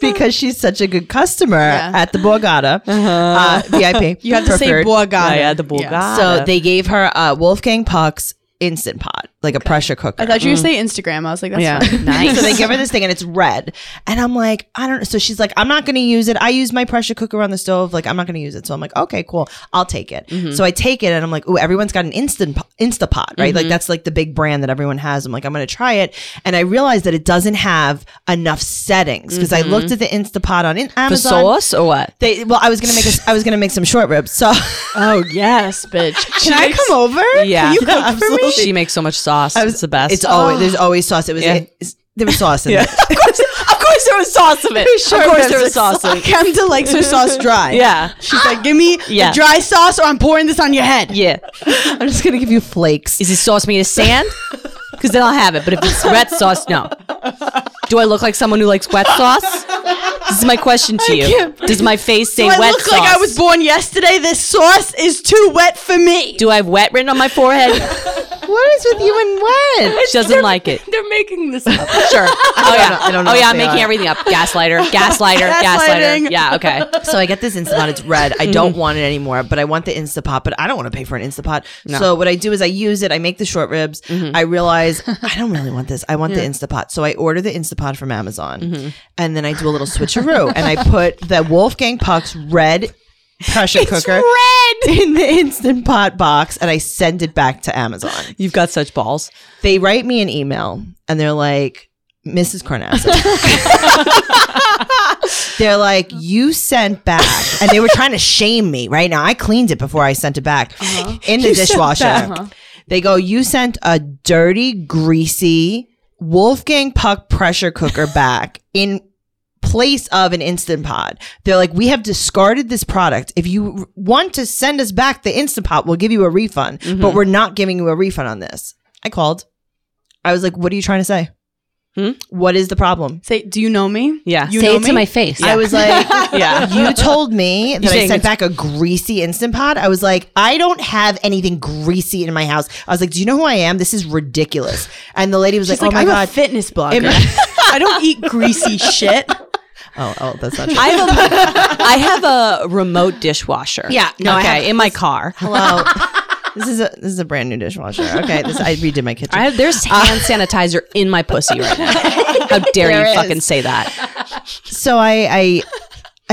Speaker 1: because she's such a good customer
Speaker 4: Yeah.
Speaker 1: at the Borgata uh, VIP.
Speaker 4: You have to say
Speaker 1: preferred.
Speaker 4: Borgata.
Speaker 2: Yeah, yeah, the bull
Speaker 1: So they gave her uh, Wolfgang Puck's instant pot, like a pressure cooker.
Speaker 4: I thought you were going to say Instagram. I was like, that's
Speaker 2: Yeah.
Speaker 4: fine.
Speaker 1: so they
Speaker 2: nice.
Speaker 1: give her this thing and it's red. And I'm like, I don't know. So she's like, I'm not going to use it. I use my pressure cooker on the stove. Like, I'm not going to use it. So I'm like, okay, cool. I'll take it.
Speaker 2: Mm-hmm.
Speaker 1: So I take it and I'm like, oh, everyone's got an instant po- Instapot, right?
Speaker 2: Mm-hmm.
Speaker 1: Like, that's like the big brand that everyone has. I'm like, I'm going to try it. And I realized that it doesn't have enough settings because I
Speaker 2: Mm-hmm.
Speaker 1: looked at the Instapot on in-
Speaker 2: the
Speaker 1: Amazon.
Speaker 2: sauce or what?
Speaker 1: They, well, I was gonna make a, I was gonna make some short ribs. So
Speaker 4: Oh, yes, bitch. Can
Speaker 1: I come over?
Speaker 2: Yeah.
Speaker 1: Can you cook
Speaker 2: Yeah,
Speaker 1: for me?
Speaker 2: She makes so much sauce. it's the best.
Speaker 1: It's always there's always sauce. It was
Speaker 2: Yeah.
Speaker 1: it's- there was sauce in it.
Speaker 2: of course, of course there was sauce of it.
Speaker 4: Sure,
Speaker 2: of course
Speaker 4: there's
Speaker 2: there was
Speaker 4: a
Speaker 2: sauce of it.
Speaker 4: Kemda likes her sauce dry.
Speaker 2: Yeah.
Speaker 4: She's like, give me
Speaker 2: Yeah.
Speaker 4: the dry sauce or I'm pouring this on your head.
Speaker 2: Yeah.
Speaker 1: I'm just gonna give you flakes.
Speaker 2: Is this sauce made of sand? Because then I'll have it. But if it's wet sauce, no. Do I look like someone who likes wet sauce? This is my question to you. Does my face say
Speaker 4: Do I
Speaker 2: wet
Speaker 4: look
Speaker 2: sauce?
Speaker 4: like I was born yesterday? This sauce is too wet for me.
Speaker 2: Do I have wet written on my forehead?
Speaker 1: What is with you and what?
Speaker 2: She doesn't like it.
Speaker 3: They're making this up.
Speaker 2: Sure. Oh yeah.
Speaker 1: know- I don't know
Speaker 2: oh
Speaker 1: if
Speaker 2: yeah.
Speaker 1: they
Speaker 2: I'm making
Speaker 1: are.
Speaker 2: everything up. Gaslighter. Gaslighter. Gaslighter.
Speaker 4: Gaslighting.
Speaker 2: Yeah. Okay.
Speaker 1: So I get this Instapot. It's red. I don't want it anymore, but I want the Instapot. But I don't want to pay for an Instapot. So what I do is I use it. I make the short ribs. I realize I don't really want this. I want the Instapot. So I order the Instapot from Amazon, and then I do a little switcheroo, and I put the Wolfgang Puck's red pressure cooker
Speaker 2: Red.
Speaker 1: in the instant pot box, and I send it back to Amazon.
Speaker 2: You've got such balls.
Speaker 1: they write me an email and they're like, Mrs. Carnassus. they're like, you sent back, and they were trying to shame me right now. I cleaned it before I sent it back in the dishwasher. They go, you sent a dirty, greasy Wolfgang Puck pressure cooker back in place of an instant pod they're like we have discarded this product if you r- want to send us back the instant pot we'll give you a refund but we're not giving you a refund on this i called i was like what are you trying to say
Speaker 2: Hmm?
Speaker 1: what is the problem
Speaker 4: Say, do you know me?
Speaker 2: Yeah.
Speaker 4: You
Speaker 3: Say
Speaker 4: know
Speaker 3: it
Speaker 4: me?
Speaker 3: to my face.
Speaker 1: i was like
Speaker 2: Yeah.
Speaker 1: you told me that i
Speaker 2: saying
Speaker 1: sent back a greasy instant pot i was like i don't have anything greasy in my house i was like do you know who i am this is ridiculous and the lady was
Speaker 4: She's
Speaker 1: like oh
Speaker 4: like,
Speaker 1: my
Speaker 4: I'm
Speaker 1: god
Speaker 4: a fitness blogger. I don't eat greasy shit.
Speaker 1: oh oh that's not true
Speaker 2: I have a, I have a remote dishwasher.
Speaker 1: Yeah, no, I
Speaker 2: Okay.
Speaker 1: have-
Speaker 2: in my car.
Speaker 1: hello this is a this is a brand new dishwasher okay this i redid my kitchen
Speaker 2: I have, there's hand sanitizer in my pussy right now. How dare
Speaker 1: There
Speaker 2: you
Speaker 1: is.
Speaker 2: fucking say that?
Speaker 1: so I, I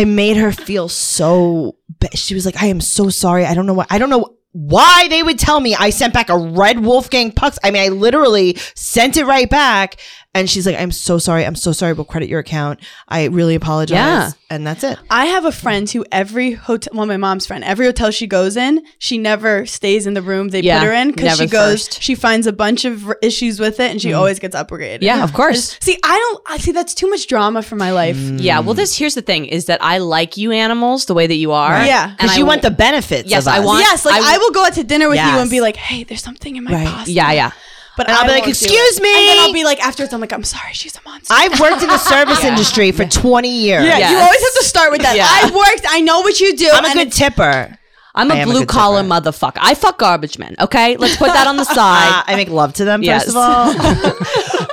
Speaker 1: I made her feel so ba- she was like I am so sorry I don't know why I don't know why they would tell me I sent back a red Wolfgang pucks I mean I literally sent it right back and she's like I'm so sorry I'm so sorry we'll credit your account I really apologize
Speaker 2: Yeah.
Speaker 1: and that's it
Speaker 4: I have a friend who every hotel, well, my mom's friend, every hotel she goes in, she never stays in the room they
Speaker 2: Yeah,
Speaker 4: put her in because
Speaker 2: never
Speaker 4: she goes,
Speaker 2: first.
Speaker 4: she finds a bunch of r- issues with it, and
Speaker 1: Mm.
Speaker 4: she always gets upgraded.
Speaker 2: Yeah, of course.
Speaker 4: See, I don't. I see that's too much drama for my life.
Speaker 1: Mm.
Speaker 2: Yeah. Well, this here's the thing: is that I like you animals the way that you are.
Speaker 4: Right. Yeah.
Speaker 2: And
Speaker 1: because
Speaker 2: I
Speaker 1: you
Speaker 2: will-
Speaker 1: want the benefits
Speaker 2: Yes,
Speaker 1: of
Speaker 2: I
Speaker 1: us.
Speaker 2: want-
Speaker 4: Yes, like
Speaker 2: I
Speaker 4: I,
Speaker 2: w-
Speaker 4: will go out to dinner with you
Speaker 1: Yes.
Speaker 4: and be like, "Hey, there's something in my
Speaker 1: Right.
Speaker 4: pasta."
Speaker 2: Yeah. Yeah.
Speaker 4: but
Speaker 1: And I'll
Speaker 4: I
Speaker 1: be like,
Speaker 4: won't do
Speaker 1: "Excuse
Speaker 4: it."
Speaker 1: me.
Speaker 4: and then I'll be like, afterwards, I'm like, "I'm sorry, she's a monster."
Speaker 1: I've worked in the service industry for 20 years
Speaker 4: yeah, you
Speaker 2: Yes.
Speaker 4: always have to start with that.
Speaker 2: Yeah.
Speaker 4: I worked. I know what you do.
Speaker 1: I'm a
Speaker 4: and
Speaker 1: good
Speaker 4: it's-
Speaker 1: tipper
Speaker 2: I'm a
Speaker 1: I am a
Speaker 2: blue
Speaker 1: good
Speaker 2: collar
Speaker 1: tipper.
Speaker 2: motherfucker. I fuck garbage men. Okay, let's put that on the
Speaker 1: uh,
Speaker 2: side.
Speaker 1: I make love to them
Speaker 2: Yes.
Speaker 1: first of all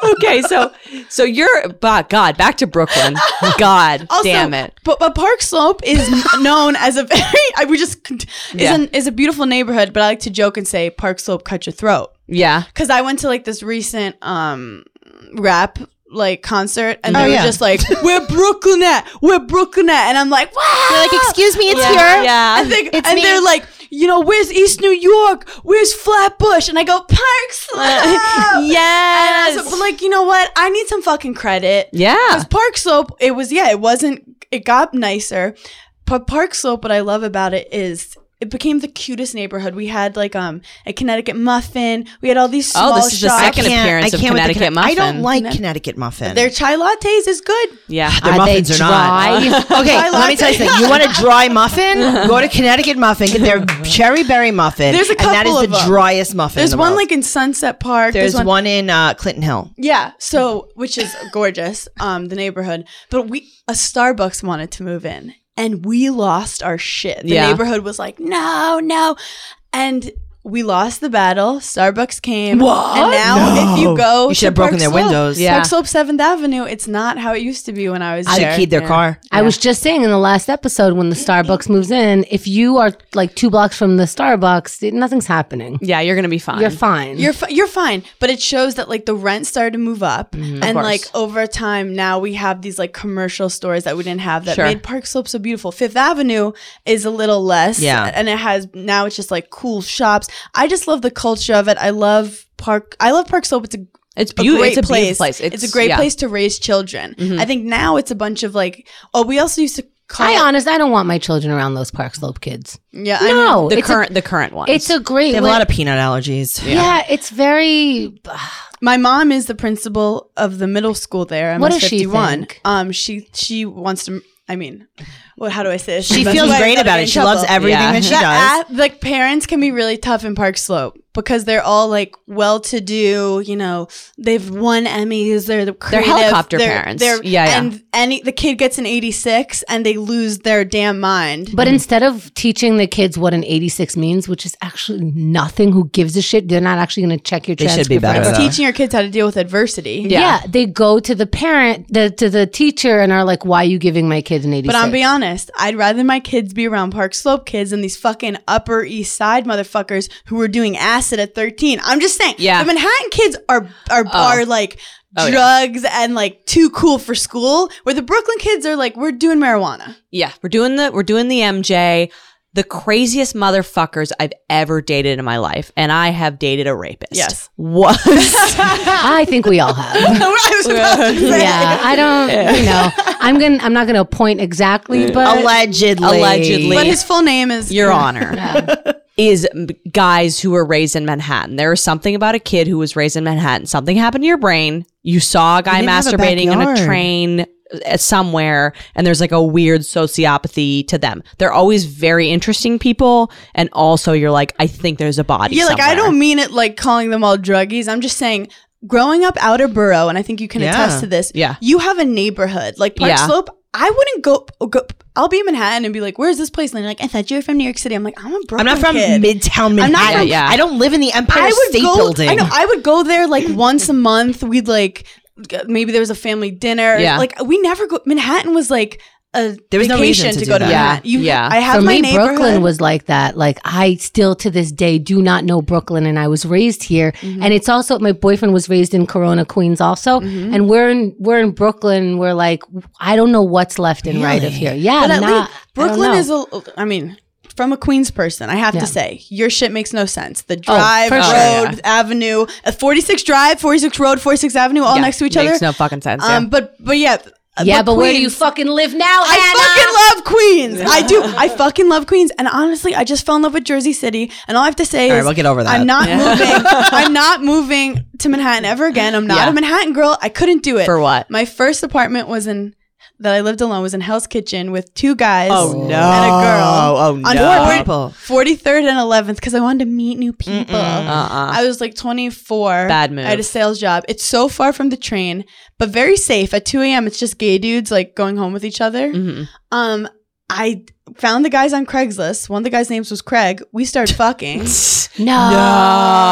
Speaker 2: okay, so so you're but God back to Brooklyn. God
Speaker 4: Also,
Speaker 2: damn it.
Speaker 4: But but Park Slope is known as a very I would just cont- is
Speaker 2: Yeah.
Speaker 4: an, is a beautiful neighborhood. But I like to joke and say Park Slope cut your throat
Speaker 2: Yeah.
Speaker 4: because I went to like this recent um rap like concert and
Speaker 1: Oh,
Speaker 4: they were
Speaker 1: yeah.
Speaker 4: just like we're Brooklyn at we're Brooklyn at and I'm like wow
Speaker 1: they're like excuse me it's here
Speaker 2: Yeah.
Speaker 4: and, they,
Speaker 1: It's
Speaker 4: and
Speaker 1: me.
Speaker 4: they're like, you know, where's East New York? Where's Flatbush? And I go, Park Slope. And I was
Speaker 2: yes.
Speaker 4: like, you know what? I need some fucking credit.
Speaker 2: Yeah.
Speaker 4: Because Park Slope, it was, yeah, it wasn't, it got nicer. P- But Park Slope, what I love about it is it became the cutest neighborhood. We had like um a Connecticut muffin. We had all these
Speaker 2: Oh,
Speaker 4: small
Speaker 2: this is the
Speaker 4: shops.
Speaker 2: second appearance of
Speaker 1: with the
Speaker 2: Connecticut
Speaker 1: Conne- I don't
Speaker 2: muffin.
Speaker 1: like Connecticut muffin.
Speaker 4: Their chai lattes is good.
Speaker 2: Yeah.
Speaker 1: Their
Speaker 3: Are
Speaker 1: muffins
Speaker 3: they
Speaker 1: are not.
Speaker 3: dry?
Speaker 1: Okay, let me tell you something. You want a dry muffin? Go to Connecticut Muffin. Get their cherry berry muffin.
Speaker 4: There's a
Speaker 1: and that is
Speaker 4: couple
Speaker 1: the
Speaker 4: of 'em.
Speaker 1: driest muffin. in
Speaker 4: There's
Speaker 1: the
Speaker 4: one
Speaker 1: world.
Speaker 4: like in Sunset Park.
Speaker 1: There's one in uh, Clinton Hill.
Speaker 4: Yeah, so which is gorgeous, um, the neighborhood. But we a Starbucks wanted to move in, and we lost our shit. The
Speaker 2: Yeah.
Speaker 4: neighborhood was like, no, no, and we lost the battle. Starbucks came, and now Oh, if you go,
Speaker 1: You should
Speaker 4: to
Speaker 1: have broken
Speaker 4: Park
Speaker 1: their
Speaker 4: Slope-
Speaker 1: windows.
Speaker 2: Yeah.
Speaker 4: Park Slope Seventh Avenue. It's not how it used to be when I was
Speaker 1: Should
Speaker 4: there.
Speaker 1: have keyed their car.
Speaker 3: I was just saying in the last episode when the Starbucks moves in, if you are like two blocks from the Starbucks, it- nothing's happening.
Speaker 2: Yeah, you're gonna be fine.
Speaker 3: You're fine.
Speaker 4: You're fi- you're fine, but it shows that like the rent started to move up,
Speaker 2: Mm-hmm.
Speaker 4: and like over time now we have these like commercial stores that we didn't have that
Speaker 2: Sure.
Speaker 4: made Park Slope so beautiful. Fifth Avenue is a little less,
Speaker 1: Yeah.
Speaker 4: and it has now it's just like cool shops. I just love the culture of it. I love Park. I love Park Slope. It's a
Speaker 2: It's
Speaker 4: a
Speaker 2: beautiful.
Speaker 4: great
Speaker 2: It's a
Speaker 4: place.
Speaker 2: beautiful place.
Speaker 4: It's, a great
Speaker 2: yeah. Mm-hmm.
Speaker 4: place to raise children. I think now it's a bunch of like oh we also used to call
Speaker 3: I honest, I don't want my children around those Park Slope kids.
Speaker 4: yeah I know.
Speaker 3: No,
Speaker 2: The
Speaker 3: it's
Speaker 2: current, the current one.
Speaker 3: A, it's a great.
Speaker 1: They have a lot of peanut allergies.
Speaker 3: yeah. it's very.
Speaker 4: My mom is the principal of the middle school there. I'm
Speaker 3: What
Speaker 4: what
Speaker 3: does she
Speaker 4: 51.
Speaker 3: think?
Speaker 4: Um, she she wants to. I mean, well, how do I say this?
Speaker 1: She
Speaker 4: That's
Speaker 1: feels
Speaker 4: why I
Speaker 1: great
Speaker 4: gotta
Speaker 1: about
Speaker 4: get in
Speaker 1: it. She loves
Speaker 4: trouble.
Speaker 1: everything
Speaker 2: Yeah.
Speaker 1: that she
Speaker 4: The
Speaker 1: does.
Speaker 4: app- like parents can be really tough in Park Slope because they're all like well-to-do. You know, they've won Emmys. They're the creative,
Speaker 2: helicopter parents. Yeah, yeah.
Speaker 4: And any the kid gets an 86 and they lose their damn mind.
Speaker 3: But instead of teaching the kids what an 86 means, which is actually nothing, who gives a shit? They're not actually going to check your
Speaker 1: They should
Speaker 3: transcript.
Speaker 1: be better.
Speaker 3: right
Speaker 1: though.
Speaker 4: it's teaching your kids how to deal with adversity.
Speaker 3: Yeah. they go to the parent, the, to the teacher, and are like, "Why are you giving my kid an 86?"
Speaker 4: But I'll be honest, I'd rather my kids be around Park Slope kids than these fucking Upper East Side motherfuckers who were doing acid at 13. I'm just saying,
Speaker 2: Yeah.
Speaker 4: the Manhattan kids are are, are like
Speaker 2: Oh, yeah.
Speaker 4: drugs and like too cool for school, where the Brooklyn kids are like, we're doing marijuana.
Speaker 2: Yeah, we're doing the we're doing the MJ. The craziest motherfuckers I've ever dated in my life, and I have dated a rapist.
Speaker 4: Yes.
Speaker 2: was
Speaker 3: I think we all have.
Speaker 4: I was about to say.
Speaker 3: yeah, I don't. You know, I'm gonna. I'm not gonna point exactly, but
Speaker 1: Allegedly.
Speaker 2: Allegedly.
Speaker 4: But his full name is
Speaker 2: Your Honor is m- guys who were raised in Manhattan. There was something about a kid who was raised in Manhattan. Something happened to your brain. You saw a guy
Speaker 1: didn't have a
Speaker 2: masturbating in a
Speaker 1: backyard.
Speaker 2: train uh, somewhere, and there's like a weird sociopathy to them. They're always very interesting people, and also you're like, I think there's a body.
Speaker 4: Yeah, like I
Speaker 2: somewhere.
Speaker 4: don't mean it like calling them all druggies. I'm just saying growing up outer borough, and I think you can
Speaker 1: Yeah.
Speaker 4: attest to this.
Speaker 2: Yeah.
Speaker 4: You have a neighborhood. Like Park
Speaker 2: Yeah.
Speaker 4: Slope, I wouldn't go, go I'll be in Manhattan and be like, where's this place? And they're like, I thought you were from New York City. I'm like, I'm a
Speaker 1: I'm
Speaker 4: Brooklyn
Speaker 1: not from
Speaker 4: kid.
Speaker 1: Midtown
Speaker 4: I'm
Speaker 1: Manhattan.
Speaker 4: not
Speaker 2: from- Yeah, yeah.
Speaker 1: I don't live in the Empire
Speaker 4: I would
Speaker 1: State
Speaker 4: go,
Speaker 1: Building.
Speaker 4: I know. I would go there like once a month. We'd like g- maybe there was a family dinner.
Speaker 2: Yeah.
Speaker 4: Like we never go. Manhattan was like a
Speaker 1: There was no
Speaker 4: vacation
Speaker 1: reason to
Speaker 4: to,
Speaker 1: do
Speaker 4: go to
Speaker 1: that.
Speaker 2: Yeah,
Speaker 4: Manhattan. You-
Speaker 2: yeah.
Speaker 4: I have
Speaker 3: for
Speaker 4: my
Speaker 3: me,
Speaker 4: neighborhood.
Speaker 3: Brooklyn was like that. Like I still to this day do not know Brooklyn, and I was raised here.
Speaker 4: Mm-hmm.
Speaker 3: And it's also my boyfriend was raised in Corona, Queens, also.
Speaker 4: Mm-hmm.
Speaker 3: And we're in we're in Brooklyn. We're like I don't know what's left and right of
Speaker 1: Really?
Speaker 3: here. Yeah,
Speaker 4: But at
Speaker 3: not,
Speaker 4: least
Speaker 3: I don't
Speaker 4: Brooklyn
Speaker 3: know.
Speaker 4: is a. I mean, from a Queens person, I have
Speaker 3: Yeah.
Speaker 4: to say your shit makes no sense. The drive,
Speaker 3: for
Speaker 4: road,
Speaker 3: sure.
Speaker 2: Yeah.
Speaker 4: avenue, uh, 46 drive, 46 road, 46 avenue, all
Speaker 2: Yeah,
Speaker 4: next to each other.
Speaker 2: Makes no fucking sense. yeah.
Speaker 4: um, but but yeah, uh,
Speaker 3: yeah, but where do you
Speaker 4: Queens-
Speaker 3: fucking live now,
Speaker 4: I
Speaker 3: Hannah?
Speaker 4: fucking love Queens. I do. I fucking love Queens. And honestly, I just fell in love with Jersey City. And all I have to say
Speaker 1: All right,
Speaker 4: is
Speaker 1: we'll get over that.
Speaker 4: I'm not moving. I'm not moving to Manhattan ever again. I'm not
Speaker 2: Yeah.
Speaker 4: a Manhattan girl. I couldn't do it.
Speaker 2: For what?
Speaker 4: My first apartment was in that I lived alone was in Hell's Kitchen with two guys.
Speaker 2: Oh, no.
Speaker 4: And a girl.
Speaker 1: Oh, oh,
Speaker 4: On
Speaker 1: no.
Speaker 4: four
Speaker 1: Poor
Speaker 4: people.
Speaker 1: people.
Speaker 4: 43rd and 11th because I wanted to meet new people.
Speaker 2: Uh-uh.
Speaker 4: I was like 24.
Speaker 2: Bad move.
Speaker 4: I had a sales job. It's so far from the train, but very safe. At 2 a.m., it's just gay dudes like going home with each other.
Speaker 2: Mhm.
Speaker 4: Um, I found the guys on Craigslist. One of the guys' names was Craig. We started fucking.
Speaker 3: No.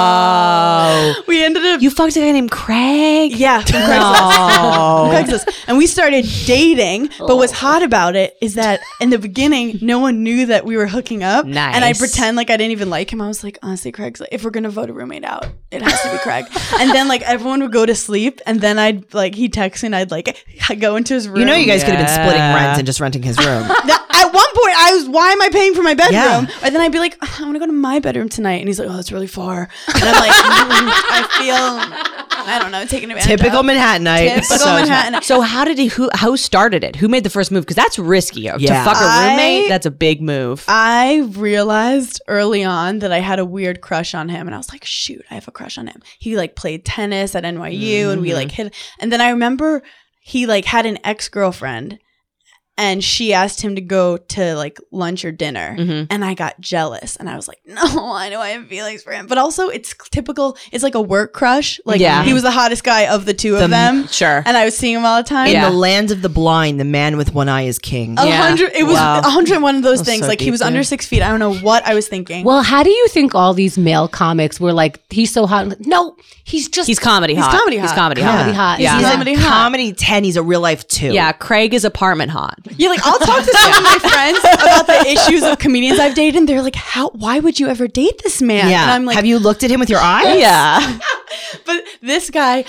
Speaker 2: No.
Speaker 4: we ended up.
Speaker 2: You fucked a guy named Craig? Oh.
Speaker 4: yeah, from
Speaker 1: Oh.
Speaker 4: Craigslist. From Craigslist. And we started dating, but what's hot about it is that in the beginning, no one knew that we were hooking up.
Speaker 2: Nice.
Speaker 4: And I pretend like I didn't even like him. I was like, honestly, Craig's if we're gonna vote a roommate out, it has to be Craig. and then like everyone would go to sleep, and then I'd like he texts me and I'd like go into his room.
Speaker 1: You know, you guys could have been splitting
Speaker 2: Yeah.
Speaker 1: rent and just renting his room.
Speaker 4: That- at one point, I was, why am I paying for my bedroom?
Speaker 1: Yeah.
Speaker 4: And then I'd be like, "Ugh, I want to go to my bedroom tonight. And he's like, oh, that's really far. And I'm like, "Mm, I feel, I don't know, taking advantage.
Speaker 1: Typical
Speaker 4: of.
Speaker 1: Manhattanite.
Speaker 4: Typical
Speaker 1: So-
Speaker 4: Manhattan.
Speaker 2: So how did he? Who how started it? Who made the first move? Because that's risky to
Speaker 1: Yeah.
Speaker 2: fuck a
Speaker 4: I-
Speaker 2: roommate. That's a big move.
Speaker 4: I realized early on that I had a weird crush on him, and I was like, "Shoot, I have a crush on him." He like played tennis at NYU, and we like hit. And then I remember he like had an ex girlfriend, and she asked him to go to like lunch or dinner,
Speaker 2: Mhm.
Speaker 4: and I got jealous, and I was like, "No, I know I have feelings for him," but also it's typical. It's like a work crush. Like
Speaker 2: Yeah.
Speaker 4: he was the hottest guy of the two
Speaker 1: The-
Speaker 4: of them,
Speaker 2: Sure.
Speaker 4: and I was seeing him all the time.
Speaker 1: In
Speaker 2: Yeah.
Speaker 1: the land of the blind, the man with one eye is king.
Speaker 4: A
Speaker 2: Yeah.
Speaker 4: hundred. It was
Speaker 2: Wow.
Speaker 4: a hundred and one of those
Speaker 1: That's
Speaker 4: things.
Speaker 1: so
Speaker 4: like he
Speaker 1: deep,
Speaker 4: was
Speaker 1: dude.
Speaker 4: under six feet. I don't know what I was thinking.
Speaker 3: Well, how do you think all these male comics were like? He's so hot. No, he's just
Speaker 2: he's comedy
Speaker 4: He's
Speaker 2: hot.
Speaker 4: comedy
Speaker 2: He's
Speaker 4: hot.
Speaker 2: comedy hot.
Speaker 3: Comedy hot.
Speaker 2: Yeah.
Speaker 1: He's
Speaker 2: yeah.
Speaker 1: a
Speaker 4: Comedy
Speaker 1: comedy,
Speaker 4: hot.
Speaker 1: 10. He's a real life two.
Speaker 2: Craig is apartment hot.
Speaker 4: Yeah, like I'll talk to some of my friends about the issues of comedians I've dated, and they're like, "How? Why would you ever date this man?"
Speaker 1: Yeah.
Speaker 4: And I'm like,
Speaker 1: Have you looked at him with your eyes?
Speaker 2: Yeah.
Speaker 4: "But this guy."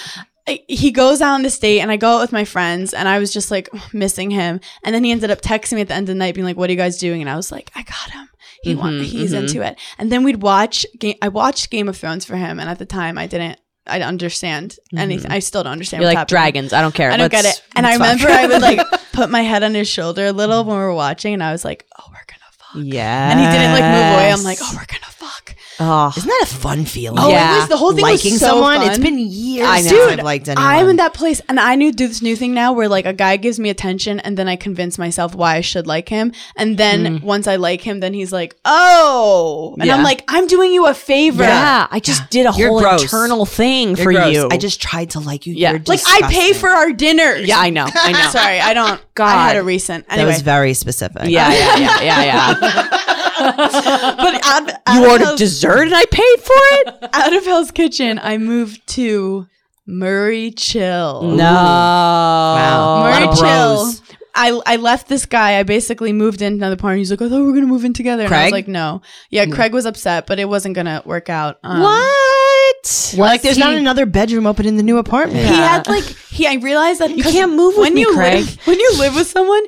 Speaker 4: I- He goes out on this date, and I go out with my friends, and I was just like missing him. And then he ended up texting me at the end of the night, being like, "What are you guys doing?" And I was like, "I got him. He want,
Speaker 1: Mm-hmm,
Speaker 4: he's into it." And then we'd watch. Game, I watched Game of Thrones for him, and at the time, I didn't. I didn't understand
Speaker 1: Mm-hmm.
Speaker 4: anything. I still don't understand.
Speaker 2: You're
Speaker 4: what's
Speaker 2: like
Speaker 4: happening.
Speaker 2: dragons. I don't care.
Speaker 4: I don't
Speaker 2: Let's-
Speaker 4: get it. And I
Speaker 2: let's fuck.
Speaker 4: remember I would like put my head on his shoulder a little when we were watching, and I was like, "Oh, we're gonna fuck."
Speaker 2: yeah.
Speaker 4: And he didn't like move away. I'm like, "Oh, we're gonna fuck."
Speaker 2: Oh.
Speaker 1: Isn't that a fun feeling?
Speaker 4: Oh,
Speaker 2: Yeah.
Speaker 4: it was the whole thing
Speaker 1: Liking
Speaker 4: was so
Speaker 1: someone.
Speaker 4: Fun.
Speaker 1: It's been years
Speaker 2: I know.
Speaker 1: since
Speaker 4: Dude,
Speaker 1: I've liked anyone.
Speaker 4: I'm in that place, and I knew do this new thing now where like a guy gives me attention, and then I convince myself why I should like him, and then once I like him, then he's like, "Oh," and
Speaker 2: Mm-hmm. Yeah.
Speaker 4: I'm like, "I'm doing you a favor."
Speaker 2: Yeah. I just did a
Speaker 1: You're
Speaker 2: whole
Speaker 1: gross.
Speaker 2: internal thing
Speaker 1: You're
Speaker 2: for
Speaker 1: gross.
Speaker 2: you.
Speaker 1: I just tried to like you.
Speaker 2: Yeah.
Speaker 1: You're
Speaker 4: Like I pay
Speaker 1: disgusting.
Speaker 4: for our dinners.
Speaker 2: Yeah, I know. I know.
Speaker 4: Sorry, I don't. God, I
Speaker 2: God.
Speaker 4: had a recent.
Speaker 1: That
Speaker 4: Anyway,
Speaker 1: was very specific.
Speaker 2: Yeah, yeah, yeah, yeah, yeah.
Speaker 4: but out,
Speaker 2: you
Speaker 4: out of
Speaker 2: ordered
Speaker 4: those-
Speaker 2: dessert and I paid for it?
Speaker 4: out of Hell's Kitchen, I moved to Murray Chill.
Speaker 2: No. Wow.
Speaker 1: lot
Speaker 4: Murray
Speaker 1: of
Speaker 4: Chill.
Speaker 1: bros.
Speaker 4: I, I left this guy. I basically moved into another apartment. He's like, I thought we were gonna move in together. And I was
Speaker 1: Craig?
Speaker 4: like, No. Yeah, Craig was upset, but it wasn't gonna work out. Um,
Speaker 2: Mm. What?
Speaker 3: was
Speaker 1: Like there's
Speaker 3: he-
Speaker 1: not another bedroom open in the new apartment.
Speaker 4: He had like he. I realized that you
Speaker 2: can't move with
Speaker 4: when
Speaker 2: me,
Speaker 4: you
Speaker 2: Craig.
Speaker 4: Live, when you live with someone,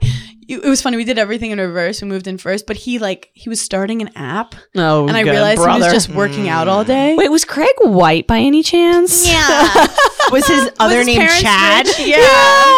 Speaker 4: you, it was funny. We did everything in reverse. We moved in first, but he like he was starting an app,
Speaker 2: Oh,
Speaker 4: and I
Speaker 2: good
Speaker 4: realized he
Speaker 2: brother. Mm.
Speaker 4: was just working out all day.
Speaker 2: Wait, was Craig white by any chance?
Speaker 4: yeah.
Speaker 1: Was his other
Speaker 4: his
Speaker 1: name
Speaker 4: parents
Speaker 1: Chad?
Speaker 4: rich?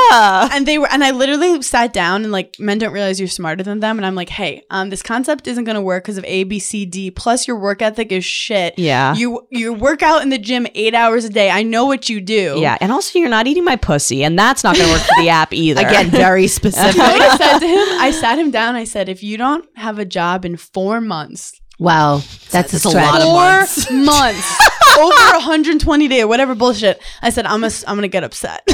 Speaker 4: Yeah. And they were, and I literally sat down and like, men don't realize you're smarter than them. And I'm like, hey, um, this concept isn't going to work because of A, B, C, D. Plus, your work ethic is shit.
Speaker 2: Yeah.
Speaker 4: You you work out in the gym eight hours a day. I know what you do.
Speaker 2: Yeah, and also you're not eating my pussy, and that's not going to work for the app either.
Speaker 1: Again, very specific.
Speaker 4: I said to him, I sat him down. I said, if you don't have a job in four months,
Speaker 3: wow. That's, a,
Speaker 1: a lot of
Speaker 3: strategy.
Speaker 1: money.
Speaker 4: four months, over 120 day, whatever bullshit, I said, I'm gonna s- I'm gonna get upset.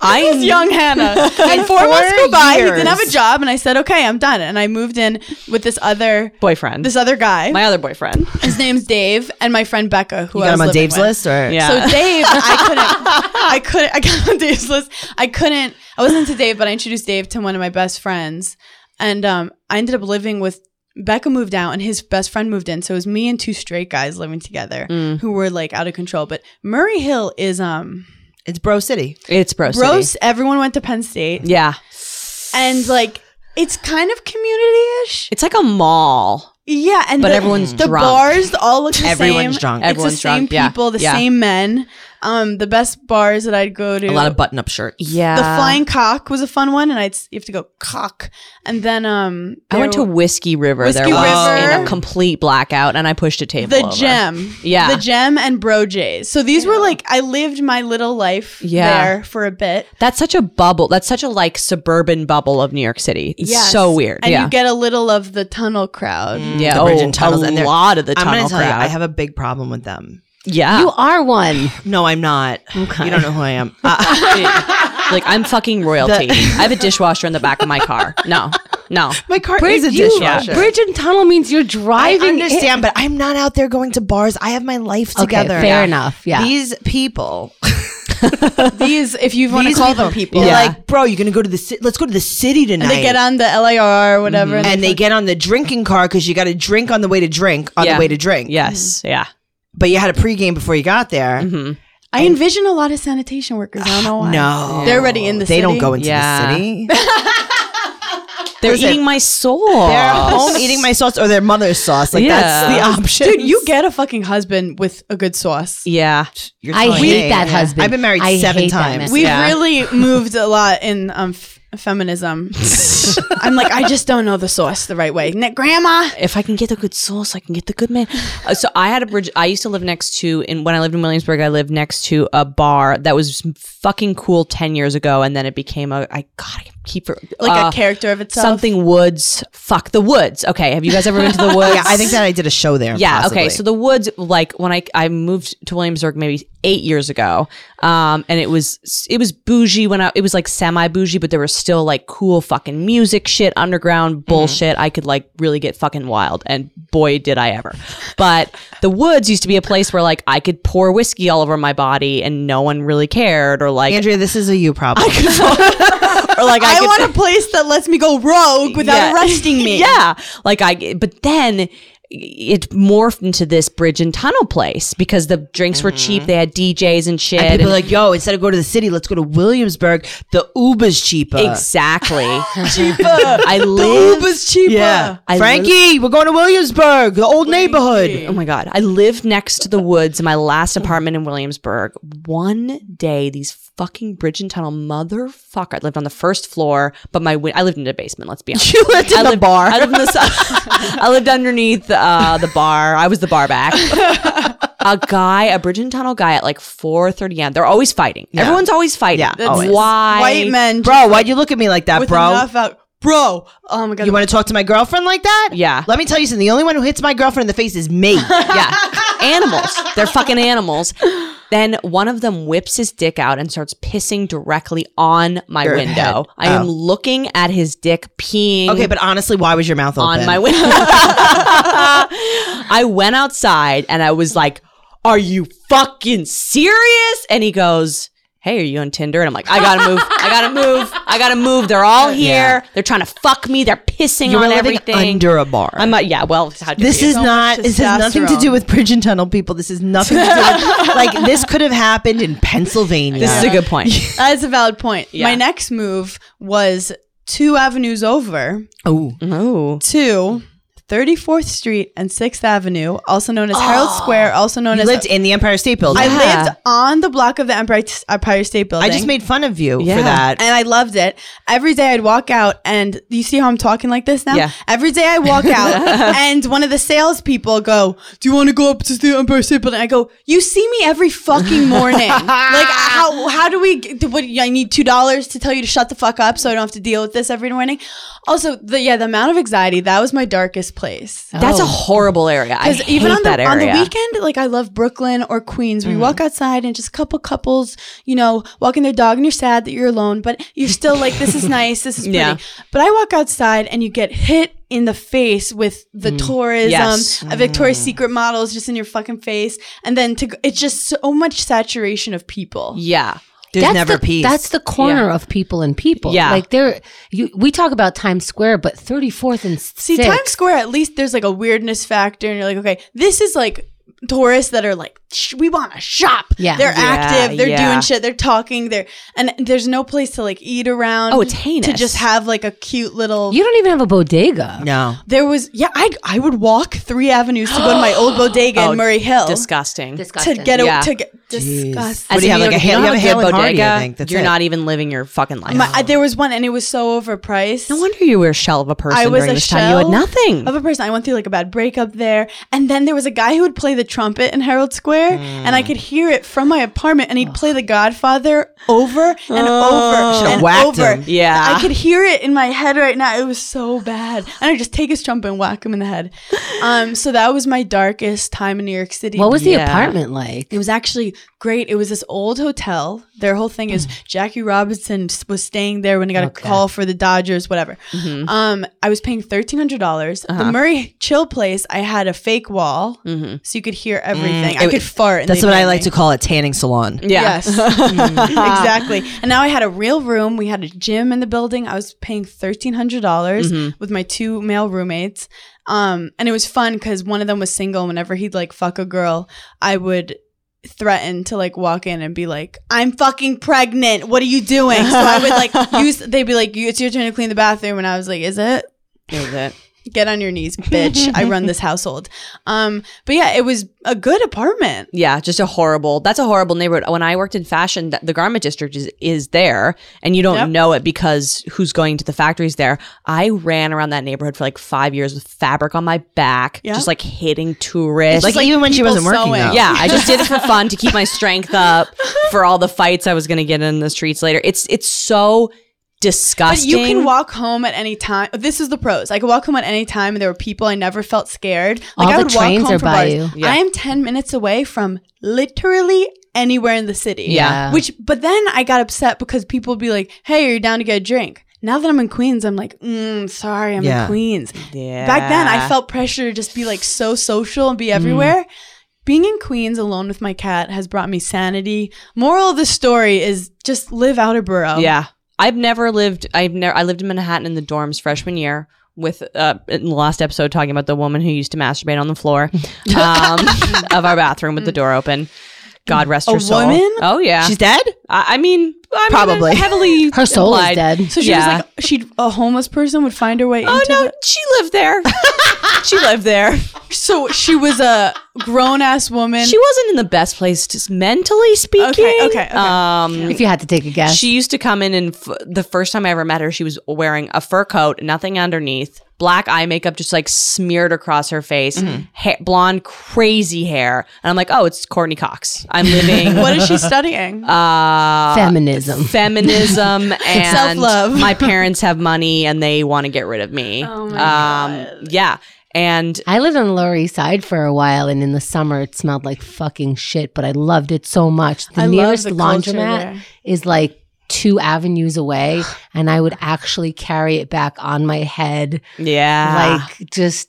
Speaker 2: Mm. I
Speaker 4: was young Hannah. And four, months go by. He didn't have a
Speaker 2: years.
Speaker 4: job, and I said, "Okay, I'm done." And I moved in with this other
Speaker 2: boyfriend,
Speaker 4: this other guy.
Speaker 2: my other boyfriend.
Speaker 4: His name's Dave, and my friend Becca, who
Speaker 1: you
Speaker 4: I
Speaker 1: got him
Speaker 4: was
Speaker 1: on
Speaker 4: living
Speaker 1: Dave's
Speaker 4: with.
Speaker 1: list, or
Speaker 2: Yeah.
Speaker 4: So Dave, I couldn't, I couldn't, I got on Dave's list. I couldn't. I wasn't into Dave, but I introduced Dave to one of my best friends, and um, I ended up living with. Becca moved out and his best friend moved in. So it was me and two straight guys living together
Speaker 1: Mm.
Speaker 4: who were like out of control. But Murray Hill is um
Speaker 1: it's Bro City.
Speaker 2: It's bro. City.
Speaker 4: gross. Everyone went to Penn State.
Speaker 2: Yeah,
Speaker 4: and like it's kind of community-ish.
Speaker 2: it's like a mall.
Speaker 4: Yeah, and
Speaker 2: But
Speaker 4: the,
Speaker 2: everyone's
Speaker 4: the
Speaker 2: drunk.
Speaker 4: bars all look the
Speaker 1: Everyone's
Speaker 4: same.
Speaker 1: drunk.
Speaker 4: It's
Speaker 2: Everyone's
Speaker 4: the same
Speaker 2: drunk, yeah,
Speaker 4: people, the
Speaker 2: yeah.
Speaker 4: same men. Um, the best bars that I'd go to.
Speaker 1: A lot of button-up shirts.
Speaker 2: Yeah,
Speaker 4: the flying cock was a fun one, and I'd s- you have to go cock, and then um,
Speaker 2: I went to
Speaker 4: there-
Speaker 2: Whiskey River. there
Speaker 4: Whiskey
Speaker 2: once
Speaker 4: River.
Speaker 2: in a complete blackout, and I pushed a table.
Speaker 4: the
Speaker 2: over.
Speaker 4: gem,
Speaker 2: Yeah.
Speaker 4: the gem and bro jays. So these were like I lived my little life
Speaker 2: Yeah.
Speaker 4: there for a bit.
Speaker 2: That's such a bubble. That's such a like suburban bubble of New York City. It's
Speaker 4: Yes.
Speaker 2: so weird.
Speaker 4: and
Speaker 2: yeah.
Speaker 4: you get a little of the tunnel crowd.
Speaker 2: yeah,
Speaker 1: The
Speaker 2: oh,
Speaker 1: bridge and tunnels,
Speaker 2: a
Speaker 1: and they're-
Speaker 2: lot of the
Speaker 1: I'm
Speaker 2: tunnel
Speaker 1: gonna tell
Speaker 2: crowd.
Speaker 1: you, I have a big problem with them.
Speaker 2: yeah,
Speaker 3: You are one.
Speaker 1: No, I'm not.
Speaker 3: Okay.
Speaker 1: You don't know who I am. Uh,
Speaker 2: like I'm fucking royalty. I have a dishwasher in the back of my car. No, no,
Speaker 1: my car is a
Speaker 3: you-
Speaker 1: dishwasher.
Speaker 3: Bridge and tunnel means you're
Speaker 1: I
Speaker 3: driving. it-
Speaker 1: understand, but I'm not out there going to bars. I have my life
Speaker 3: Okay,
Speaker 1: together.
Speaker 3: fair enough. Yeah.
Speaker 1: These people,
Speaker 4: These, if you want to
Speaker 1: these
Speaker 4: call them people,
Speaker 1: you're
Speaker 2: Yeah.
Speaker 1: like, bro, you're gonna go to the city. Let's go to the city tonight.
Speaker 4: they get on the LIR or whatever,
Speaker 2: Mm-hmm.
Speaker 4: and,
Speaker 1: and they get on the drinking car because you got to drink on the way to drink on
Speaker 2: Yeah.
Speaker 1: the way to drink.
Speaker 2: Yes. Yeah.
Speaker 1: but you had a pregame before you got there.
Speaker 4: I envision a lot of
Speaker 2: Ah,
Speaker 4: sanitation workers. I don't know why.
Speaker 1: No,
Speaker 4: They're already in the
Speaker 1: They don't
Speaker 4: city?
Speaker 1: go into
Speaker 2: Yeah.
Speaker 1: the city.
Speaker 2: They're
Speaker 1: Listen,
Speaker 2: eating my soul.
Speaker 1: They're home eating my sauce or their mother's sauce. Like
Speaker 2: Yeah.
Speaker 1: that's the option.
Speaker 4: Dude, you get a fucking husband with a good sauce.
Speaker 2: Yeah.
Speaker 1: You're
Speaker 3: I
Speaker 1: telling
Speaker 3: hate
Speaker 1: me.
Speaker 3: that husband.
Speaker 1: I've been married
Speaker 3: I
Speaker 1: seven
Speaker 3: hate that
Speaker 1: times.
Speaker 3: man.
Speaker 4: We've
Speaker 2: Yeah.
Speaker 4: really moved a lot in um, f- feminism. I'm like, I just don't know the sauce the right way. N- Grandma,
Speaker 2: If I can get the good sauce, I can get the good man. Uh, so I had a bridge. I used to live next to, and when I lived in Williamsburg, I lived next to a bar that was fucking cool ten years ago, and then it became a. I God, I can keep it
Speaker 4: like
Speaker 2: uh,
Speaker 4: a character of itself.
Speaker 2: something woods. Fuck the woods. Okay, have you guys ever been to the woods?
Speaker 1: Yeah, I think that I did a show there.
Speaker 2: Yeah.
Speaker 1: possibly.
Speaker 2: Okay. So the woods, like when I I moved to Williamsburg maybe eight years ago, um, and it was it was bougie when I it was like semi bougie, but there was still like cool fucking music shit,
Speaker 1: Mm-hmm.
Speaker 2: underground bullshit. I could like really get fucking wild, and boy did I ever. But the woods used to be a place where like I could pour whiskey all over my body and no one really cared, or like
Speaker 1: Andrea, this is a you problem.
Speaker 2: or like I,
Speaker 4: I
Speaker 2: could,
Speaker 4: want a place that lets me go rogue without
Speaker 2: Yeah.
Speaker 4: arresting me.
Speaker 2: yeah like i but then it morphed into this bridge and tunnel place because the drinks were cheap they had djs and shit
Speaker 1: and people
Speaker 2: and-
Speaker 1: are like, yo, instead of go to the city, let's go to Williamsburg. The Uber's cheaper.
Speaker 2: exactly i live
Speaker 4: cheaper.
Speaker 1: Yeah.
Speaker 2: I
Speaker 1: Frankie, we're going to Williamsburg, the old neighborhood.
Speaker 2: Oh my God. I lived next to the woods in my last apartment in Williamsburg. One day, these fucking bridge and tunnel motherfucker. I lived on the first floor, but my win- I lived in a basement, let's be honest.
Speaker 1: You lived in
Speaker 2: I
Speaker 1: the
Speaker 2: lived,
Speaker 1: bar.
Speaker 2: I lived, in the, su- I lived underneath uh, the bar. I was the bar back. a guy, a bridge and tunnel guy at like 4.30 a.m. They're always fighting. Everyone's always fighting.
Speaker 1: Yeah, That's always.
Speaker 2: Why?
Speaker 4: White men,
Speaker 1: Bro, why'd you look at me like that,
Speaker 4: with
Speaker 1: bro?
Speaker 4: enough out- bro. Oh my god.
Speaker 1: You want to talk to my girlfriend like that?
Speaker 2: Yeah.
Speaker 1: Let me tell you something. The only one who hits my girlfriend in the face is me.
Speaker 2: yeah. Animals. They're fucking animals. Then one of them whips his dick out and starts pissing directly on my
Speaker 1: Your
Speaker 2: window.
Speaker 1: head.
Speaker 2: I am
Speaker 1: Oh.
Speaker 2: looking at his dick peeing
Speaker 1: okay, but honestly, why was your mouth open?
Speaker 2: on my window. I went outside and I was like, Are you fucking serious? And he goes, Hey, are you on Tinder? And I'm like, I gotta move. I gotta move. I gotta move. They're all here. They're trying to fuck me. They're pissing
Speaker 1: You were
Speaker 2: on
Speaker 1: living
Speaker 2: everything.
Speaker 1: under a bar.
Speaker 2: I'm not, yeah, well, how dare
Speaker 1: This
Speaker 2: you?
Speaker 1: is
Speaker 4: So
Speaker 1: not.
Speaker 4: much
Speaker 1: This has nothing to do
Speaker 4: testosterone.
Speaker 1: with bridge and tunnel people. This is nothing to do with like this could have happened in Pennsylvania.
Speaker 2: this is a good point.
Speaker 4: That's a valid point.
Speaker 2: Yeah.
Speaker 4: My next move was two avenues over
Speaker 1: oh,
Speaker 2: Oh.
Speaker 4: to 34th Street and 6th Avenue, also known as Herald Square, also known
Speaker 1: Oh. you
Speaker 4: as
Speaker 1: lived in the Empire State Building. I,
Speaker 4: I
Speaker 2: Yeah.
Speaker 4: lived on the block of the Empire, Empire State Building.
Speaker 1: just made fun of you
Speaker 2: Yeah.
Speaker 1: for that.
Speaker 4: and I loved it. Every day I'd walk out, and you see how I'm talking like this now?
Speaker 2: Yeah.
Speaker 4: Every day I walk out, and one of the salespeople go, Do you want to go up to the Empire State Building? I go, You see me every fucking morning. like, how, how do we, get- what, I need $2 to tell you to shut the fuck up so I don't have to deal with this every morning. Also, the, yeah, the amount of anxiety, that was my darkest place.
Speaker 2: That's a horrible area. I
Speaker 4: Because
Speaker 2: hate
Speaker 4: Oh. even on the,
Speaker 2: that area. Mm.
Speaker 4: on the weekend, like I love Brooklyn or Queens. We walk outside and just a couple couples, you know, walking their dog and you're sad that you're alone, but you're still like, this is nice, this is pretty.
Speaker 2: Yeah.
Speaker 4: But I walk outside and you get hit in the face with the tourism,
Speaker 2: Mm. Yes. Mm.
Speaker 4: uh, Victoria's Secret models just in your fucking face. And then to, g- it's just so much saturation of people.
Speaker 2: Yeah.
Speaker 1: There's never
Speaker 3: the,
Speaker 1: peace.
Speaker 3: That's the corner of people and people.
Speaker 2: Yeah.
Speaker 3: like there. You, we talk about Times Square, but 34th and
Speaker 4: See,
Speaker 3: Sixth-
Speaker 4: Times Square, at least there's like a weirdness factor, and you're like, okay, this is like tourists that are like, Shh, we want to shop.
Speaker 3: Yeah.
Speaker 4: they're
Speaker 3: Yeah,
Speaker 4: active, they're
Speaker 2: yeah.
Speaker 4: doing shit, they're talking, they're and there's no place to like eat around.
Speaker 2: Oh, it's
Speaker 4: to
Speaker 2: heinous.
Speaker 4: just have like a cute little.
Speaker 3: You don't even have a bodega.
Speaker 1: no.
Speaker 4: there was yeah, I I would walk three avenues to go to my old bodega
Speaker 2: Oh,
Speaker 4: in Murray Hill
Speaker 2: Disgusting.
Speaker 4: to
Speaker 3: Disgusting.
Speaker 4: get a,
Speaker 2: Yeah.
Speaker 4: to get
Speaker 1: Jeez.
Speaker 4: disgusting.
Speaker 1: What do
Speaker 2: if
Speaker 1: you have, like, a
Speaker 2: don't-
Speaker 1: Hale-
Speaker 2: don't
Speaker 1: you have a Hale and
Speaker 2: good
Speaker 1: Hardy, I think. That's
Speaker 2: you're
Speaker 1: it.
Speaker 2: not even living your fucking life.
Speaker 4: My, I, there was one and it was so overpriced.
Speaker 2: no wonder you were a shell of a person
Speaker 4: I was
Speaker 2: during
Speaker 4: a
Speaker 2: this time. You had
Speaker 4: shell
Speaker 2: nothing.
Speaker 4: of a person. I went through like a bad breakup there, and then there was a guy who would play the trumpet in Herald Square, and
Speaker 2: Mm.
Speaker 4: I could hear it from my apartment, and he'd play The Godfather over and
Speaker 2: Oh.
Speaker 4: over
Speaker 1: Should've
Speaker 4: and
Speaker 1: whacked
Speaker 4: over.
Speaker 1: him.
Speaker 2: Yeah.
Speaker 4: I could hear it in my head right now. It was so bad, and I just take his trumpet and whack him in the head. Um, so that was my darkest time in New York City.
Speaker 3: What was the
Speaker 2: Yeah.
Speaker 3: apartment like?
Speaker 4: It was actually great. It was this old hotel. Their whole thing is
Speaker 1: Mm.
Speaker 4: Jackie Robinson s- was staying there when he got a call for the Dodgers, whatever.
Speaker 1: Mm-hmm.
Speaker 4: Um, I was paying thirteen hundred dollars.
Speaker 1: Uh-huh.
Speaker 4: The Murray Chill Place, I had a fake wall, so you could hear everything.
Speaker 1: Mm-hmm.
Speaker 4: I
Speaker 1: Mm, It-
Speaker 4: could fart. And
Speaker 1: That's
Speaker 4: they'd
Speaker 1: what I
Speaker 4: hear
Speaker 1: like
Speaker 4: me.
Speaker 1: to call a tanning salon.
Speaker 2: yeah.
Speaker 4: Yes, exactly. And now I had a real room. We had a gym in the building. I was paying thirteen hundred dollars with my two male roommates, um, and it was fun because one of them was single. Whenever he'd like fuck a girl, I would threatened to like walk in and be like, "I'm fucking pregnant. What are you doing?" So I would like use. They'd be like, "You- "It's your turn to clean the bathroom," and I was like, "Is it?"
Speaker 2: Is it?
Speaker 4: Get on your knees, bitch. I run this household. Um, but yeah, it was a good apartment.
Speaker 2: Yeah, just a horrible. That's a horrible neighborhood. When I worked in fashion, th- the garment district is is there, and you don't
Speaker 4: Yep.
Speaker 2: know it because who's going to the factories there? I ran around that neighborhood for like five years with fabric on my back,
Speaker 4: Yeah.
Speaker 2: just like hitting tourists.
Speaker 1: Like, even when she
Speaker 4: people
Speaker 1: wasn't working,
Speaker 4: sewing.
Speaker 1: though.
Speaker 2: yeah, I just did it for fun to keep my strength up for all the fights I was going to get in the streets later. It's it's so
Speaker 4: But
Speaker 2: disgusting.
Speaker 4: you can walk home at any time. This is the pros. I could walk home at any time, and there were people. I never felt scared.
Speaker 3: All
Speaker 4: I
Speaker 3: the
Speaker 4: would
Speaker 3: trains are
Speaker 4: from
Speaker 3: by
Speaker 4: bars.
Speaker 3: you.
Speaker 2: Yeah.
Speaker 4: I am ten minutes away from literally anywhere in the city.
Speaker 2: Yeah.
Speaker 4: Which, but then I got upset because people would be like, "Hey, are you down to get a drink?" Now that I'm in Queens, I'm like, mm, "Sorry, I'm
Speaker 1: Yeah.
Speaker 4: in Queens."
Speaker 2: Yeah.
Speaker 4: Back then, I felt pressure to just be like so social and
Speaker 3: Mm.
Speaker 4: be everywhere. Being in Queens alone with my cat has brought me sanity. Moral of the story is just live Outerborough.
Speaker 2: Yeah. I've never lived I've never I lived in Manhattan in the dorms freshman year with uh in the last episode talking about the woman who used to masturbate on the floor um of our bathroom with the door open. God rest
Speaker 4: A
Speaker 2: her soul.
Speaker 4: woman?
Speaker 2: Oh yeah.
Speaker 1: She's dead?
Speaker 2: I, I mean, I mean,
Speaker 1: Probably.
Speaker 2: heavily
Speaker 3: Her soul
Speaker 2: implied.
Speaker 3: is dead.
Speaker 4: So she
Speaker 2: Yeah.
Speaker 4: was like, she a homeless person would find her way
Speaker 2: Oh
Speaker 4: into.
Speaker 2: no,
Speaker 4: the-
Speaker 2: she lived there. she lived there.
Speaker 4: so she was a grown ass woman.
Speaker 2: She wasn't in the best place, just mentally speaking.
Speaker 4: Okay, okay, okay.
Speaker 2: Um,
Speaker 3: If you had to take a guess,
Speaker 2: She used to come in, and f- the first time I ever met her, she was wearing a fur coat, nothing underneath, black eye makeup just like smeared across her face,
Speaker 4: Mm-hmm.
Speaker 2: ha- blonde, crazy hair. And I'm like, oh, it's Courtney Cox. I'm living.
Speaker 4: what is she studying?
Speaker 2: Uh,
Speaker 4: Uh,
Speaker 3: feminism.
Speaker 2: Feminism and
Speaker 4: Self-love.
Speaker 2: My parents have money and they want to get rid of me. Oh my um, Yeah, and
Speaker 3: I lived on the Lower East Side for a while, and in the summer it smelled like fucking shit, but I loved it so much. The
Speaker 4: I love
Speaker 3: nearest
Speaker 4: the culture
Speaker 3: laundromat
Speaker 4: there.
Speaker 3: is like two avenues away, and I would actually carry it back on my head,
Speaker 2: yeah,
Speaker 3: like just.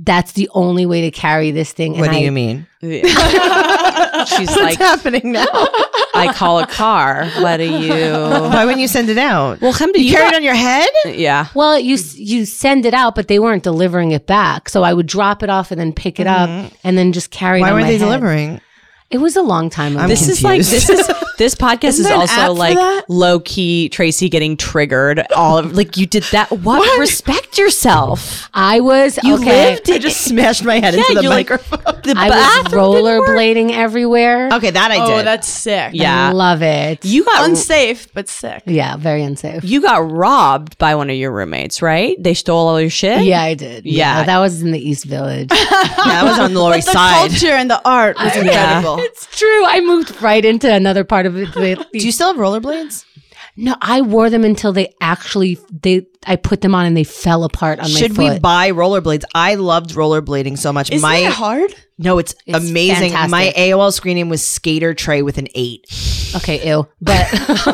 Speaker 3: That's the only way to carry this thing. and
Speaker 1: What do
Speaker 3: I-
Speaker 1: you mean?
Speaker 2: she's like,
Speaker 1: happening now?
Speaker 2: I call a car. What do you?
Speaker 1: Why wouldn't you send it out?
Speaker 2: Well, come to
Speaker 1: you
Speaker 2: you.
Speaker 1: carry it on your head?
Speaker 2: Yeah.
Speaker 3: Well, you s- you send it out, but they weren't delivering it back. So I would drop it off and then pick it up, and then just carry. it
Speaker 1: Why
Speaker 3: on
Speaker 1: weren't
Speaker 3: my
Speaker 1: they
Speaker 3: head.
Speaker 1: delivering?
Speaker 3: It was a long time ago.
Speaker 1: I'm
Speaker 2: This is like
Speaker 1: confused.
Speaker 2: this is this podcast
Speaker 4: Isn't
Speaker 2: is
Speaker 4: there an app
Speaker 2: also
Speaker 4: for
Speaker 2: like
Speaker 4: that?
Speaker 2: low key Tracy getting triggered. All of like you did that. What, respect yourself?
Speaker 3: I was
Speaker 2: You
Speaker 3: okay.
Speaker 2: lived
Speaker 1: I just smashed my head into the
Speaker 2: you, like,
Speaker 1: microphone.
Speaker 2: The
Speaker 3: I was
Speaker 2: bathroom didn't work.
Speaker 3: rollerblading everywhere.
Speaker 1: okay, that I
Speaker 4: oh,
Speaker 1: did.
Speaker 4: that's sick.
Speaker 2: Yeah. Oh.
Speaker 3: I love it.
Speaker 2: You got
Speaker 4: Unsafe, but sick.
Speaker 3: yeah, very unsafe.
Speaker 2: you got robbed by one of your roommates, right? They stole all your shit.
Speaker 3: yeah, I did.
Speaker 2: Yeah.
Speaker 3: that was in the East Village.
Speaker 1: that was on the Lower
Speaker 4: But
Speaker 1: East
Speaker 4: the
Speaker 1: Side.
Speaker 4: culture and the art was incredible.
Speaker 3: it's true. I moved right into another part of it. The-
Speaker 1: Do you still have rollerblades?
Speaker 3: no, I wore them until they actually they I put them on and they fell apart on
Speaker 1: Should
Speaker 3: my foot.
Speaker 1: we buy rollerblades? I loved rollerblading so much.
Speaker 4: Isn't
Speaker 1: my
Speaker 4: it hard?
Speaker 1: no, it's,
Speaker 3: It's
Speaker 1: amazing. My
Speaker 3: fantastic.
Speaker 1: AOL screen name was Skater Tray with an eight.
Speaker 3: okay, ew. But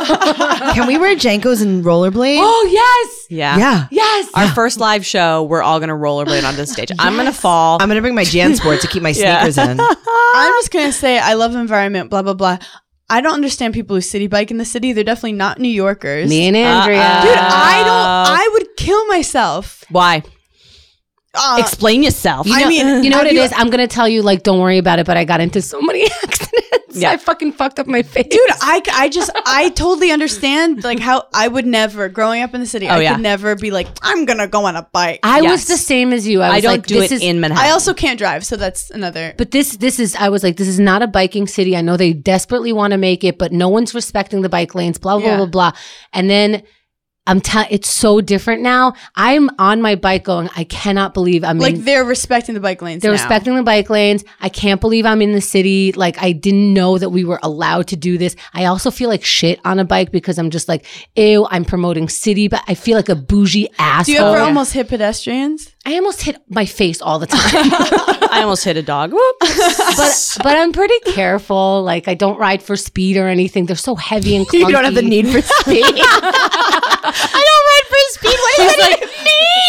Speaker 1: Can we wear Jankos and rollerblades?
Speaker 3: oh yes,
Speaker 2: yeah,
Speaker 1: yeah.
Speaker 3: yes.
Speaker 2: Our first live show, we're all gonna rollerblade onto the stage. I'm gonna fall.
Speaker 1: I'm gonna bring my Jansport to keep my
Speaker 2: Yeah.
Speaker 1: sneakers in.
Speaker 4: I'm just gonna say I love environment. Blah blah blah. I don't understand people who city bike in the city. They're definitely not New Yorkers.
Speaker 3: Me and Andrea.
Speaker 2: Uh-uh.
Speaker 4: Dude, I
Speaker 2: Oh.
Speaker 4: don't. I would kill myself.
Speaker 2: Why?
Speaker 4: Uh,
Speaker 2: Explain yourself.
Speaker 4: I mean,
Speaker 3: You know
Speaker 4: have
Speaker 3: what it is? I'm gonna tell you, like, don't worry about it. But I got into so many accidents.
Speaker 2: Yeah.
Speaker 3: I fucking fucked up my face.
Speaker 4: Dude, I, c- I just I totally understand like how I would never growing up in the city.
Speaker 2: Oh,
Speaker 4: I
Speaker 2: yeah.
Speaker 4: could never be like I'm gonna go on a bike. I,
Speaker 3: I
Speaker 2: Yes.
Speaker 3: was the same as you. I, was
Speaker 2: I don't
Speaker 3: like,
Speaker 2: do
Speaker 3: this
Speaker 2: it
Speaker 3: is,
Speaker 2: in Manhattan.
Speaker 4: also can't drive, so that's another.
Speaker 3: But this, this is. I was like, this is not a biking city. I know they desperately want to make it, but no one's respecting the bike lanes. Blah blah
Speaker 4: Yeah.
Speaker 3: blah blah. And then I'm telling, it's so different now. I'm on my bike going. I cannot believe I'm
Speaker 4: like
Speaker 3: in-
Speaker 4: they're respecting the bike lanes.
Speaker 3: They're
Speaker 4: now.
Speaker 3: respecting the bike lanes. I can't believe I'm in the city. Like I didn't know that we were allowed to do this. I also feel like shit on a bike because I'm just like, ew, I'm promoting city, but I feel like a bougie
Speaker 4: Do
Speaker 3: asshole.
Speaker 2: Oh,
Speaker 4: you ever almost hit pedestrians?
Speaker 3: I almost hit my face all the time.
Speaker 2: I almost hit a dog. Whoops.
Speaker 3: but but I'm pretty careful. Like I don't ride for speed or anything. They're so heavy and clunky.
Speaker 1: You don't have the need for speed. I don't ride for speed. What
Speaker 2: He's like,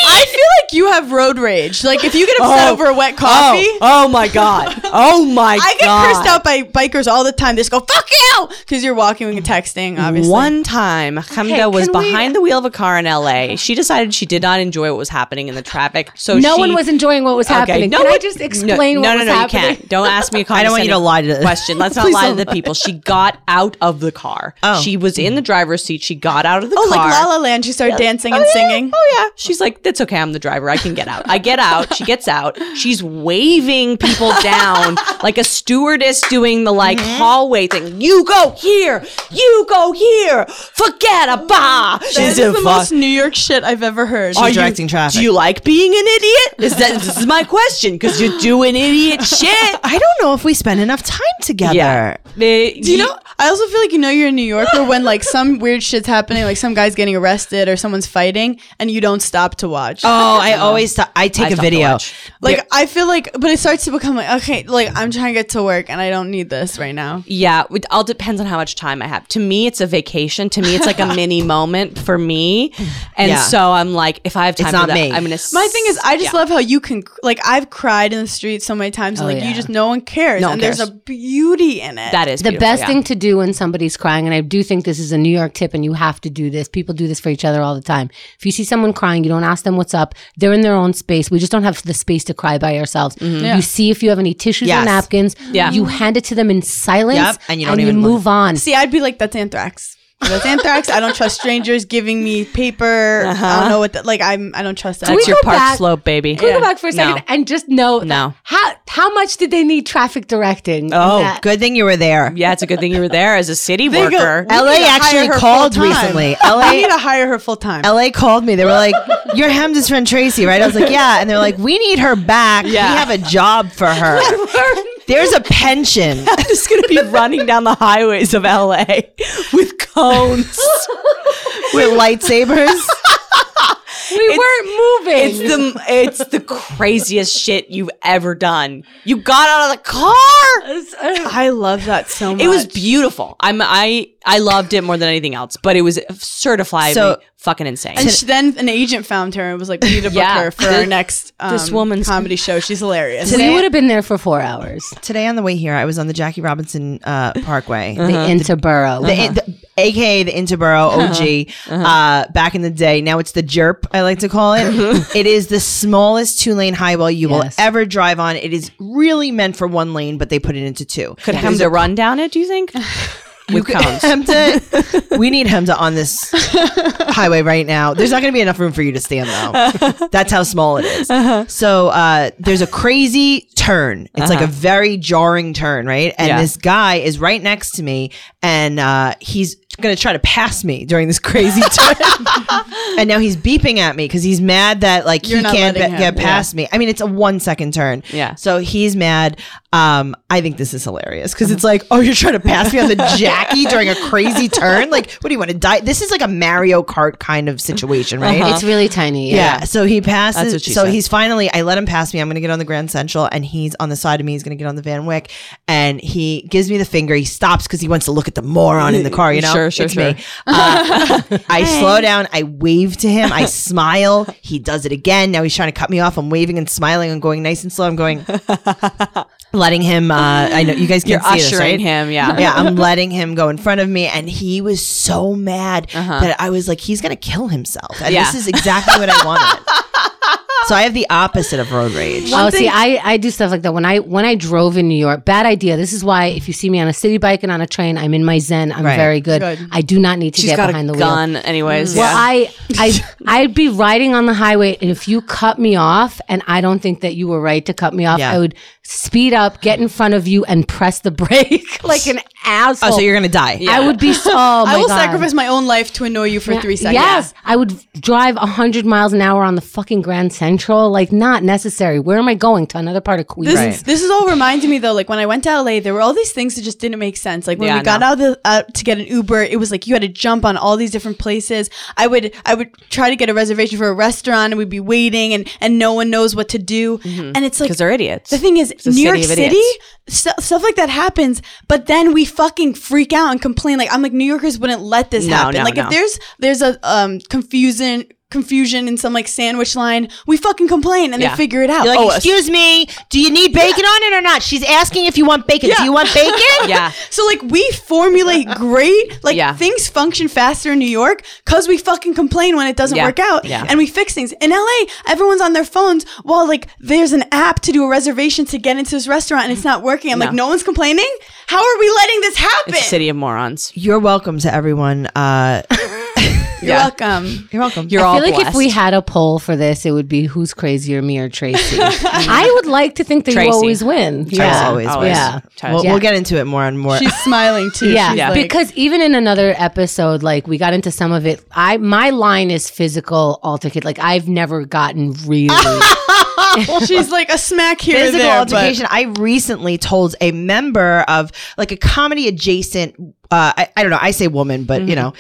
Speaker 4: I feel like you have road rage. Like if you get upset
Speaker 2: Oh,
Speaker 4: over a wet coffee,
Speaker 2: oh, oh my god, oh my
Speaker 4: I get
Speaker 2: god.
Speaker 4: cursed out by bikers all the time. They just go "fuck you" because you're walking and texting. Obviously,
Speaker 2: One time, Hamda was
Speaker 3: can we-
Speaker 2: behind the wheel of a car in LA. She decided she did not enjoy what was happening in the traffic. So
Speaker 3: No
Speaker 2: she-
Speaker 3: one was enjoying what was happening. Can I
Speaker 2: one-
Speaker 3: just explain
Speaker 2: no,
Speaker 3: what
Speaker 2: no,
Speaker 3: was
Speaker 2: no,
Speaker 3: happening?
Speaker 2: you can't. Don't ask me a
Speaker 1: I don't want you to lie to-
Speaker 2: question. Let's not
Speaker 1: Please
Speaker 2: lie to
Speaker 1: don't.
Speaker 2: the people. She got out of the car.
Speaker 1: Oh.
Speaker 2: She was in the driver's seat. She got out of the
Speaker 4: oh,
Speaker 2: car.
Speaker 4: like La La Land, she started dancing and
Speaker 2: Oh, yeah.
Speaker 4: singing.
Speaker 2: Oh yeah. She's like, that's okay. I'm the driver. I can get out. I get out. She gets out. She's waving people down like a stewardess doing the like
Speaker 4: Mm-hmm.
Speaker 2: hallway thing. You go here. You go here. Forget about.
Speaker 4: This is the most New York shit I've ever heard.
Speaker 1: Are
Speaker 2: you-
Speaker 1: directing traffic.
Speaker 2: Do you like being an idiot? Is that this is my question? Because you're doing idiot shit.
Speaker 1: I don't know if we spend enough time together.
Speaker 4: Do you know? I also feel like you know you're a New Yorker when like some weird shit's happening, like some guy's getting arrested or someone's fighting, and you don't stop to watch.
Speaker 1: Oh, I always th- I take
Speaker 2: I
Speaker 1: a
Speaker 2: stop to
Speaker 1: video.
Speaker 2: watch.
Speaker 4: like I feel like, but it starts to become like okay, like I'm trying to get to work and I don't need this right now.
Speaker 2: Yeah, it all depends on how much time I have. To me, it's a vacation. To me, it's like a mini moment for me, and
Speaker 1: Yeah.
Speaker 2: so I'm like, if I have time,
Speaker 1: It's
Speaker 2: for
Speaker 1: not
Speaker 2: that,
Speaker 1: me.
Speaker 2: I'm gonna.
Speaker 4: My thing is, I just love how you can like I've cried in the street so many times, and
Speaker 3: Oh,
Speaker 4: like
Speaker 3: yeah.
Speaker 4: you just no one cares,
Speaker 2: No one
Speaker 4: and
Speaker 2: cares.
Speaker 4: there's a beauty in it.
Speaker 2: that is
Speaker 3: The
Speaker 2: beautiful,
Speaker 3: best
Speaker 2: yeah.
Speaker 3: thing to do when somebody's crying, and I do think this is a New York tip, and you have to do this. People do this for each other all the time. If you see someone crying, you don't ask them what's up. They're in their own space. We just don't have the space to cry by ourselves. You see if you have any tissues or
Speaker 1: Yes.
Speaker 3: napkins.
Speaker 2: Mm-hmm. Yeah.
Speaker 3: You hand it to them in silence,
Speaker 1: Yep, and you don't even look.
Speaker 3: move on.
Speaker 4: See, I'd be like, that's anthrax. That's anthrax. I don't trust strangers giving me paper. I don't know what. The, like I'm. I don't trust that.
Speaker 2: Uh-huh. That's
Speaker 3: we
Speaker 2: your
Speaker 3: go
Speaker 2: Park
Speaker 3: back-
Speaker 2: Slope, baby.
Speaker 3: Can we go back for a second
Speaker 2: No.
Speaker 3: and just know
Speaker 2: No.
Speaker 3: how how much did they need traffic directing?
Speaker 2: Oh,
Speaker 3: That-
Speaker 1: Good thing you were there.
Speaker 2: Yeah, it's a good thing you were there as a city
Speaker 4: They go,
Speaker 2: worker.
Speaker 4: "We
Speaker 1: LA
Speaker 4: need to hire
Speaker 1: actually
Speaker 4: her full
Speaker 1: called
Speaker 4: time."
Speaker 1: recently.
Speaker 4: we
Speaker 1: LA
Speaker 4: need to hire her full time.
Speaker 1: LA called me. They were like, "You're Hamda's friend Tracy, right?" I was like, "Yeah," and they're like, "We need her back.
Speaker 2: Yeah.
Speaker 1: We have a job for her. There's a pension."
Speaker 2: I'm just gonna be running down the highways of LA with cones.
Speaker 1: with lightsabers.
Speaker 3: we weren't moving.
Speaker 2: It's the it's the craziest shit you've ever done. You got out of the car.
Speaker 4: I love that so much.
Speaker 2: It was beautiful. I'm I I loved it more than anything else, but it was certifiably
Speaker 1: So-
Speaker 2: fucking insane.
Speaker 4: And sh then an agent found her and was like, "We need to book
Speaker 2: Yeah.
Speaker 4: her for our next um,
Speaker 2: This woman's- Oh
Speaker 4: comedy show. She's hilarious."
Speaker 3: we would have been there for four hours.
Speaker 1: Today on the way here, I was on the Jackie Robinson uh, Parkway.
Speaker 3: The
Speaker 2: Uh-huh.
Speaker 3: interborough.
Speaker 1: The, the- AKA the Interborough OG, uh back in the day. Now it's the Jerp, I like to call it. it is the smallest two lane highway you will
Speaker 3: Yes.
Speaker 1: ever drive on. It is really meant for one lane, but they put it into two.
Speaker 2: Could come to run down it, do you think? With cones.
Speaker 1: Hemda, we need Hemda on this highway right now. There's not going to be enough room for you to stand though. That's how small it is.
Speaker 4: Uh-huh.
Speaker 1: So uh, there's a crazy turn. It's
Speaker 4: Uh-huh.
Speaker 1: like a very jarring turn, right? And
Speaker 2: Yeah.
Speaker 1: this guy is right next to me, and uh, he's going to try to pass me during this crazy turn. and now he's beeping at me because he's mad that like
Speaker 4: You're
Speaker 1: he
Speaker 4: not
Speaker 1: can't
Speaker 4: letting
Speaker 1: ba-
Speaker 4: him.
Speaker 1: get past me. I mean, it's a one second turn.
Speaker 2: Yeah.
Speaker 1: So he's mad. Um, I think this is hilarious because it's like, oh, you're trying to pass me on the Jackie during a crazy turn. Like, what do you want to die? This is like a Mario Kart kind of situation, right?
Speaker 3: It's really tiny.
Speaker 1: Yeah. So he passes.
Speaker 2: That's what she
Speaker 1: so
Speaker 2: said.
Speaker 1: he's finally, I let him pass me. I'm going to get on the Grand Central and he's on the side of me. He's going to get on the Van Wyck and he gives me the finger. He stops because he wants to look at the moron in the car, you know?
Speaker 2: Sure, sure,
Speaker 1: it's
Speaker 2: sure.
Speaker 1: Me. Uh, I slow down. I wave to him. I smile. He does it again. Now he's trying to cut me off. I'm waving and smiling. I'm going nice and slow. I'm going, letting him, uh, I know you guys can
Speaker 2: You're
Speaker 1: see this,
Speaker 2: ushering
Speaker 1: right?
Speaker 2: him, yeah.
Speaker 1: yeah, I'm letting him go in front of me, and he was so mad that I was like, he's gonna kill himself, and
Speaker 2: Yeah.
Speaker 1: this is exactly what I wanted. so I have the opposite of road rage.
Speaker 3: oh, see, I, I do stuff like that. When I when I drove in New York, bad idea. This is why if you see me on a city bike and on a train, I'm in my zen. I'm
Speaker 1: Right.
Speaker 3: very good. I do not need to
Speaker 2: She's
Speaker 3: get
Speaker 2: got
Speaker 3: behind
Speaker 2: a
Speaker 3: the wheel.
Speaker 2: gun anyways.
Speaker 3: Well, I, I, I'd be riding on the highway, and if you cut me off, and I don't think that you were right to cut me off,
Speaker 1: Yeah.
Speaker 3: I would speed up, get in front of you, and press the brake like an asshole.
Speaker 1: oh, so you're gonna die? Yeah.
Speaker 3: I would be so. Oh my
Speaker 4: I will
Speaker 3: God.
Speaker 4: sacrifice my own life to annoy you for three seconds.
Speaker 3: Yes, I would drive 100 miles an hour on the fucking Grand Central. Like, not necessary. Where am I going? To another part of Queens.
Speaker 4: This, this is all reminding me though, like when I went to LA, there were all these things that just didn't make sense. Like when
Speaker 2: Yeah,
Speaker 4: we got
Speaker 2: no.
Speaker 4: out of the, out to get an Uber, it was like you had to jump on all these different places. I would I would try to get a reservation for a restaurant and we'd be waiting and and no one knows what to do.
Speaker 2: Mm-hmm.
Speaker 4: And it's like
Speaker 2: because they're idiots.
Speaker 4: The thing is,
Speaker 2: a
Speaker 4: New York
Speaker 2: city of
Speaker 4: City,
Speaker 2: idiots.
Speaker 4: stu- stuff like that happens, but then we fucking freak out and complain. Like I'm like New Yorkers wouldn't let this
Speaker 2: No,
Speaker 4: happen.
Speaker 2: no,
Speaker 4: like
Speaker 2: no.
Speaker 4: if there's there's a um confusing confusion in some like sandwich line, we fucking complain and
Speaker 2: Yeah.
Speaker 4: they figure it out.
Speaker 1: You're like,
Speaker 4: Oh, a-
Speaker 1: excuse me, do you need bacon on it or not? She's asking if you want bacon. Do you want bacon?
Speaker 2: Yeah.
Speaker 4: So like we formulate great like
Speaker 2: Yeah.
Speaker 4: things function faster in New York because we fucking complain when it doesn't
Speaker 2: Yeah.
Speaker 4: work out
Speaker 2: Yeah.
Speaker 4: and we fix things. In LA, everyone's on their phones while like there's an app to do a reservation to get into this restaurant and it's not working. I'm
Speaker 2: No.
Speaker 4: like, no one's complaining. How are we letting this happen?
Speaker 2: It's a city of morons.
Speaker 1: You're welcome to everyone. Uh,
Speaker 4: You're
Speaker 2: Yeah.
Speaker 4: welcome.
Speaker 1: you're welcome.
Speaker 2: You're all
Speaker 3: I feel like if
Speaker 2: blessed.
Speaker 3: we had a poll for this, it would be who's crazier, me or Tracy. I would like to think that
Speaker 2: Tracy.
Speaker 3: you always win. Yeah.
Speaker 1: always,
Speaker 2: always.
Speaker 3: Yeah.
Speaker 1: We'll,
Speaker 3: Yeah.
Speaker 1: we'll get into it more and more.
Speaker 4: She's smiling too.
Speaker 3: Yeah,
Speaker 4: She's like-
Speaker 3: because even in another episode, like we got into some of it. I my line is physical altercation. Like I've never gotten really.
Speaker 4: she's like a smack here
Speaker 1: physical
Speaker 4: or there. but-
Speaker 1: altercation. I recently told a member of like a comedy adjacent. Uh, I, I don't know. I say woman, but you know,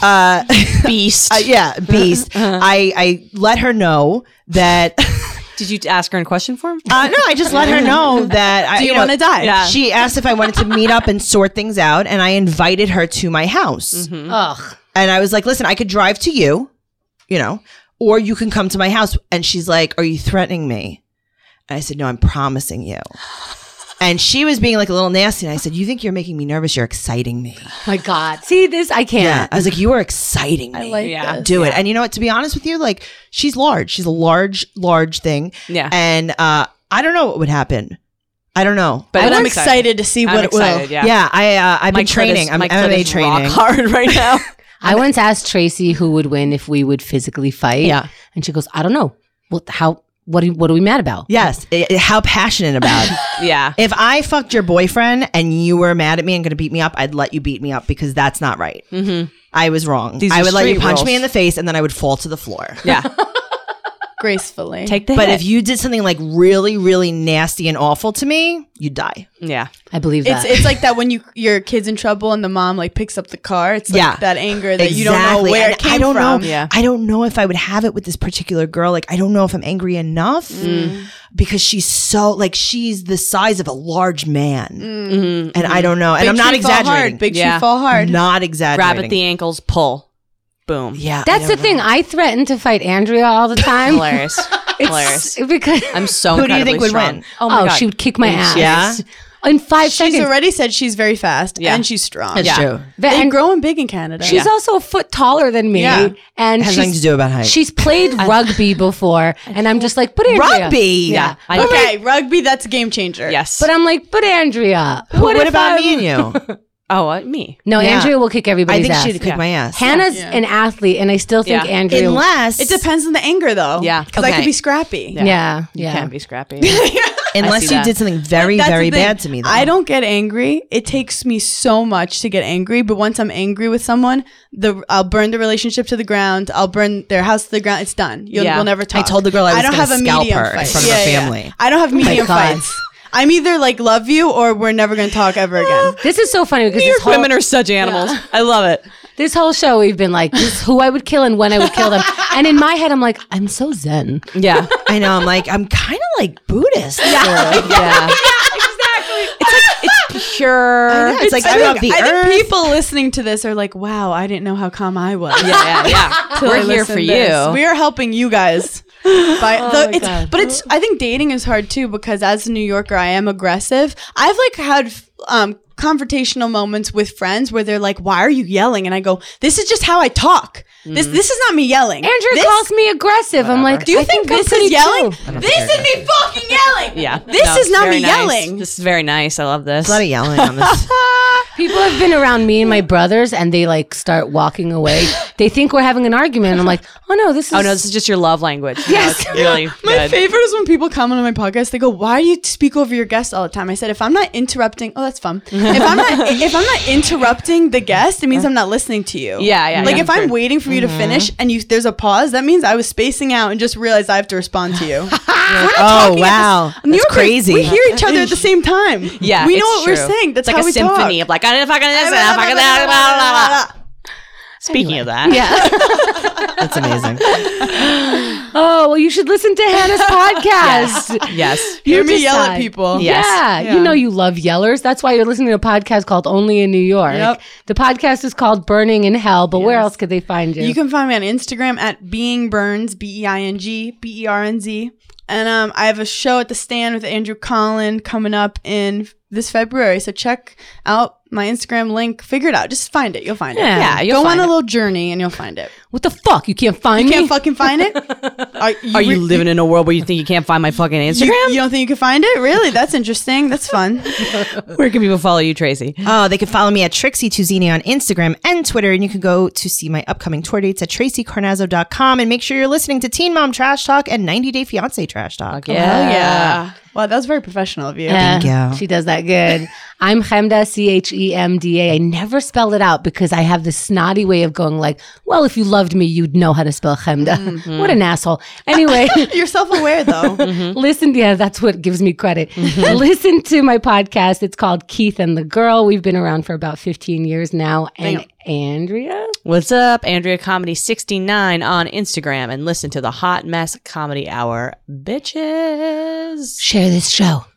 Speaker 1: uh,
Speaker 2: Beast.
Speaker 1: uh, yeah, beast.
Speaker 4: Uh-huh.
Speaker 1: I I let her know that.
Speaker 2: Did you ask her a question for him?
Speaker 1: Uh, no, I just let her know that. I,
Speaker 4: Do you
Speaker 1: know,
Speaker 4: wanna die?
Speaker 2: Yeah.
Speaker 1: She asked if I wanted to meet up and sort things out, and I invited her to my house.
Speaker 4: Mm-hmm.
Speaker 3: Ugh.
Speaker 1: And I was like, listen, I could drive to you, you know, or you can come to my house. And she's like, are you threatening me? And I said, no, I'm promising you. And she was being like a little nasty. And I said, you think you're making me nervous? You're exciting me.
Speaker 3: My God. See this? I
Speaker 1: Yeah.
Speaker 3: can't.
Speaker 1: I was like, you are exciting me. I
Speaker 4: like
Speaker 2: Yeah. this.
Speaker 1: Do it. And you know what? To be honest with you, like she's large. She's a large, large thing.
Speaker 2: Yeah.
Speaker 1: And uh, I don't know what would happen. I don't know.
Speaker 4: but I'm excited to see
Speaker 2: I'm
Speaker 4: what it will.
Speaker 2: excited,
Speaker 1: Yeah. I, uh, I've
Speaker 2: My
Speaker 1: been training.
Speaker 2: clit is-
Speaker 1: I'm
Speaker 2: my clit
Speaker 1: MMA
Speaker 2: is rock
Speaker 1: training.
Speaker 2: hard right now.
Speaker 3: I once asked Tracy who would win if we would physically fight.
Speaker 1: Yeah.
Speaker 3: and she goes, I don't know. What? How? What? Are, what are we mad about?
Speaker 1: Yes. I- I- how passionate about it.
Speaker 2: yeah.
Speaker 1: If I fucked your boyfriend and you were mad at me and going to beat me up, I'd let you beat me up because that's not right.
Speaker 2: Mhm.
Speaker 1: I was wrong.
Speaker 2: These
Speaker 1: I
Speaker 2: are
Speaker 1: would let you
Speaker 2: street
Speaker 1: punch me
Speaker 2: rules.
Speaker 1: in the face and then I would fall to the floor.
Speaker 2: Yeah.
Speaker 4: Gracefully.
Speaker 2: Take the
Speaker 1: But
Speaker 2: hit.
Speaker 1: if you did something like really, really nasty and awful to me, you'd die.
Speaker 2: yeah.
Speaker 3: I believe
Speaker 4: It's
Speaker 3: that.
Speaker 4: it's like that when you your kid's in trouble and the mom like picks up the car. It's like
Speaker 1: Yeah.
Speaker 4: that anger that you don't know where
Speaker 1: And
Speaker 4: it came
Speaker 1: I don't
Speaker 4: from.
Speaker 1: know.
Speaker 2: Yeah.
Speaker 1: I don't know if I would have it with this particular girl. Like, I don't know if I'm angry enough
Speaker 4: Mm.
Speaker 1: because she's so like she's the size of a large man, and I don't know. And
Speaker 4: Mm. Big
Speaker 1: I'm not
Speaker 4: tree fall
Speaker 1: exaggerating.
Speaker 4: Hard. Big
Speaker 2: Yeah.
Speaker 4: tree fall hard.
Speaker 1: not exaggerating.
Speaker 2: Grab at the ankles, pull. Boom.
Speaker 1: yeah. I
Speaker 3: That's
Speaker 1: don't
Speaker 3: the
Speaker 1: know.
Speaker 3: thing. I threaten to fight Andrea all the time.
Speaker 2: Hilarious. Hilarious.
Speaker 3: because
Speaker 2: I'm so
Speaker 1: Who do you think
Speaker 2: incredibly
Speaker 1: would
Speaker 2: strong.
Speaker 1: win?
Speaker 2: Oh, my
Speaker 3: oh,
Speaker 2: God.
Speaker 3: she would kick my ass.
Speaker 1: Yeah?
Speaker 3: In five
Speaker 4: She's
Speaker 3: seconds.
Speaker 4: already said she's very fast
Speaker 2: Yeah.
Speaker 4: and she's strong.
Speaker 1: That's
Speaker 2: Yeah.
Speaker 1: true.
Speaker 3: But-
Speaker 4: And
Speaker 3: and
Speaker 4: growing big in Canada.
Speaker 3: she's also a foot taller than me.
Speaker 4: Yeah.
Speaker 3: And
Speaker 1: Has
Speaker 3: she's,
Speaker 1: nothing to do about height.
Speaker 3: She's played rugby before. And I'm just like, but Andrea.
Speaker 1: Rugby?
Speaker 3: Yeah.
Speaker 2: I know.
Speaker 4: okay, rugby. That's a game changer.
Speaker 2: Yes.
Speaker 3: But I'm like, but Andrea.
Speaker 1: But What,
Speaker 3: if
Speaker 1: about
Speaker 3: I'm-
Speaker 1: me and you?
Speaker 2: oh, uh, me.
Speaker 3: No,
Speaker 1: Yeah.
Speaker 3: Andrea will kick
Speaker 1: I
Speaker 3: everybody's
Speaker 1: think
Speaker 3: ass.
Speaker 1: she'd kick
Speaker 2: Yeah.
Speaker 1: my ass.
Speaker 3: Hannah's
Speaker 4: Yeah.
Speaker 3: an athlete, and I still think
Speaker 2: Yeah.
Speaker 3: Andrea.
Speaker 1: Unless
Speaker 4: It depends on the anger though.
Speaker 2: Yeah.
Speaker 4: Because I
Speaker 1: Okay.
Speaker 4: could be scrappy.
Speaker 3: yeah, yeah.
Speaker 2: You can't be scrappy. I
Speaker 1: unless
Speaker 2: see
Speaker 1: you
Speaker 2: that.
Speaker 1: did something very,
Speaker 4: That's the
Speaker 1: very
Speaker 4: thing.
Speaker 1: bad to me. Though.
Speaker 4: I don't get angry. It takes me so much to get angry, but once I'm angry with someone, the I'll burn the relationship to the ground. I'll burn their house to the ground. It's done. You'll,
Speaker 2: Yeah.
Speaker 4: We'll never
Speaker 1: I
Speaker 4: talk.
Speaker 1: told the girl I was
Speaker 4: don't
Speaker 1: gonna
Speaker 4: have a
Speaker 1: scalp
Speaker 4: medium
Speaker 1: her in
Speaker 4: fight.
Speaker 1: front of her family. Oh
Speaker 4: I don't have medium
Speaker 3: God.
Speaker 4: fights. I'm either like love you or we're never going to talk ever again.
Speaker 3: This is so funny because
Speaker 2: Your
Speaker 3: this whole,
Speaker 2: women are such animals. I love it.
Speaker 3: this whole show we've been like, this is who I would kill and when I would kill them. and in my head, I'm like, I'm so zen.
Speaker 2: Yeah.
Speaker 1: I know. I'm like, I'm kind of like Buddhist. Yeah.
Speaker 3: Yeah.
Speaker 2: It's pure.
Speaker 1: It's, like I, love the
Speaker 4: I
Speaker 1: earth.
Speaker 4: think people listening to this are like, "Wow, I didn't know how calm I was."
Speaker 2: yeah, yeah, yeah.
Speaker 4: till I
Speaker 2: We're here
Speaker 4: listened
Speaker 2: for
Speaker 4: to this.
Speaker 2: you.
Speaker 4: We are helping you guys. By the, it's,
Speaker 3: God.
Speaker 4: But it's. I think dating is hard too because as a New Yorker, I am aggressive. I've like had um, confrontational moments with friends where they're like, "Why are you yelling?" And I go, "This is just how I talk. This this is not me yelling."
Speaker 3: Andrew
Speaker 4: this,
Speaker 3: calls me aggressive. I'm like,
Speaker 4: Do you
Speaker 3: I
Speaker 4: think,
Speaker 3: I'm
Speaker 4: this
Speaker 3: pretty
Speaker 4: is yelling?
Speaker 3: chill.
Speaker 4: This is me fucking yelling.
Speaker 2: Yeah.
Speaker 4: This
Speaker 2: No,
Speaker 4: is not
Speaker 2: very
Speaker 4: me
Speaker 2: nice.
Speaker 4: yelling.
Speaker 2: This is very nice. I love this.
Speaker 1: a lot of yelling on this.
Speaker 3: People have been around me and my brothers, and they like start walking away. They think we're having an argument. I'm like, oh no, this is.
Speaker 2: Oh no, this is just your love language.
Speaker 3: Yes.
Speaker 2: No, it's really
Speaker 4: My
Speaker 2: good.
Speaker 4: favorite is when people comment on my podcast. They go, "Why do you speak over your guests all the time?" I said, "If I'm not interrupting, oh, that's fun. if I'm not, if I'm not interrupting the guest, it means I'm not listening to you.
Speaker 2: Yeah, yeah,
Speaker 4: Like
Speaker 2: yeah, Mm-hmm.
Speaker 4: if I'm
Speaker 2: sure.
Speaker 4: waiting for you to finish and you there's a pause, that means I was spacing out and just realized I have to respond to you.
Speaker 1: oh wow,
Speaker 4: New
Speaker 1: that's
Speaker 4: Yorkers,
Speaker 1: crazy.
Speaker 4: We hear each other at the same time.
Speaker 2: yeah,
Speaker 4: we know
Speaker 2: it's
Speaker 4: what
Speaker 2: true.
Speaker 4: we're saying. That's
Speaker 2: it's like
Speaker 4: how
Speaker 2: a
Speaker 4: we
Speaker 2: symphony
Speaker 4: talk.
Speaker 2: of like I didn't fucking this, I didn't fucking that. Blah, blah, blah, blah. Speaking of that,
Speaker 3: Yeah.
Speaker 1: That's amazing.
Speaker 3: oh, well, you should listen to Hannah's podcast.
Speaker 2: yes.
Speaker 3: You
Speaker 4: Hear me yell at
Speaker 3: decide.
Speaker 4: people.
Speaker 2: Yes.
Speaker 3: Yeah,
Speaker 4: Yeah.
Speaker 3: you know you love yellers. That's why you're listening to a podcast called Only in New York.
Speaker 4: Yep.
Speaker 3: The podcast is called Burning in Hell, but where else could they find you?
Speaker 4: You can find me on Instagram at being burns b e i n g b e r n z, and um, I have a show at the stand with Andrew Collin coming up in f- this February. So check out my Instagram link. Figure it out. Just find it. You'll find it.
Speaker 2: Yeah, Yeah, you'll
Speaker 4: go
Speaker 2: find
Speaker 4: on
Speaker 2: it.
Speaker 4: a little journey and you'll find it.
Speaker 3: what the fuck? You can't find
Speaker 4: You
Speaker 3: me?
Speaker 4: can't fucking find it. Are you,
Speaker 2: Are you
Speaker 4: re-
Speaker 2: living in a world where you think you can't find my fucking
Speaker 4: You,
Speaker 2: Instagram?
Speaker 4: you don't think you can find it? Really? That's interesting. That's fun.
Speaker 2: Where can people follow you, Tracy?
Speaker 1: Oh, they can follow me at Trixie Tuzini on Instagram and Twitter. And you can go to see my upcoming tour dates at tracycarnazzo.com. And make sure you're listening to Teen Mom Trash Talk and 90 Day Fiance Trash Talk.
Speaker 2: Uh-huh.
Speaker 4: Oh yeah. Wow, that was very professional of you.
Speaker 3: Yeah,
Speaker 1: Thank you.
Speaker 3: Eh, She does that good. I'm Chemda, C H E M D A. I never spell it out because I have this snotty way of going like, well, if you loved me, you'd know how to spell Chemda.
Speaker 1: Mm-hmm.
Speaker 3: What an asshole. Anyway.
Speaker 4: You're self-aware though.
Speaker 3: Listen, yeah, that's what gives me credit.
Speaker 1: Mm-hmm.
Speaker 3: Listen to my podcast. It's called Keith and the Girl. We've been around for about 15 years now. And Andrea,
Speaker 2: What's up? Andrea Comedy 69 on Instagram and listen to the Hot Mess Comedy Hour, bitches.
Speaker 3: share this show.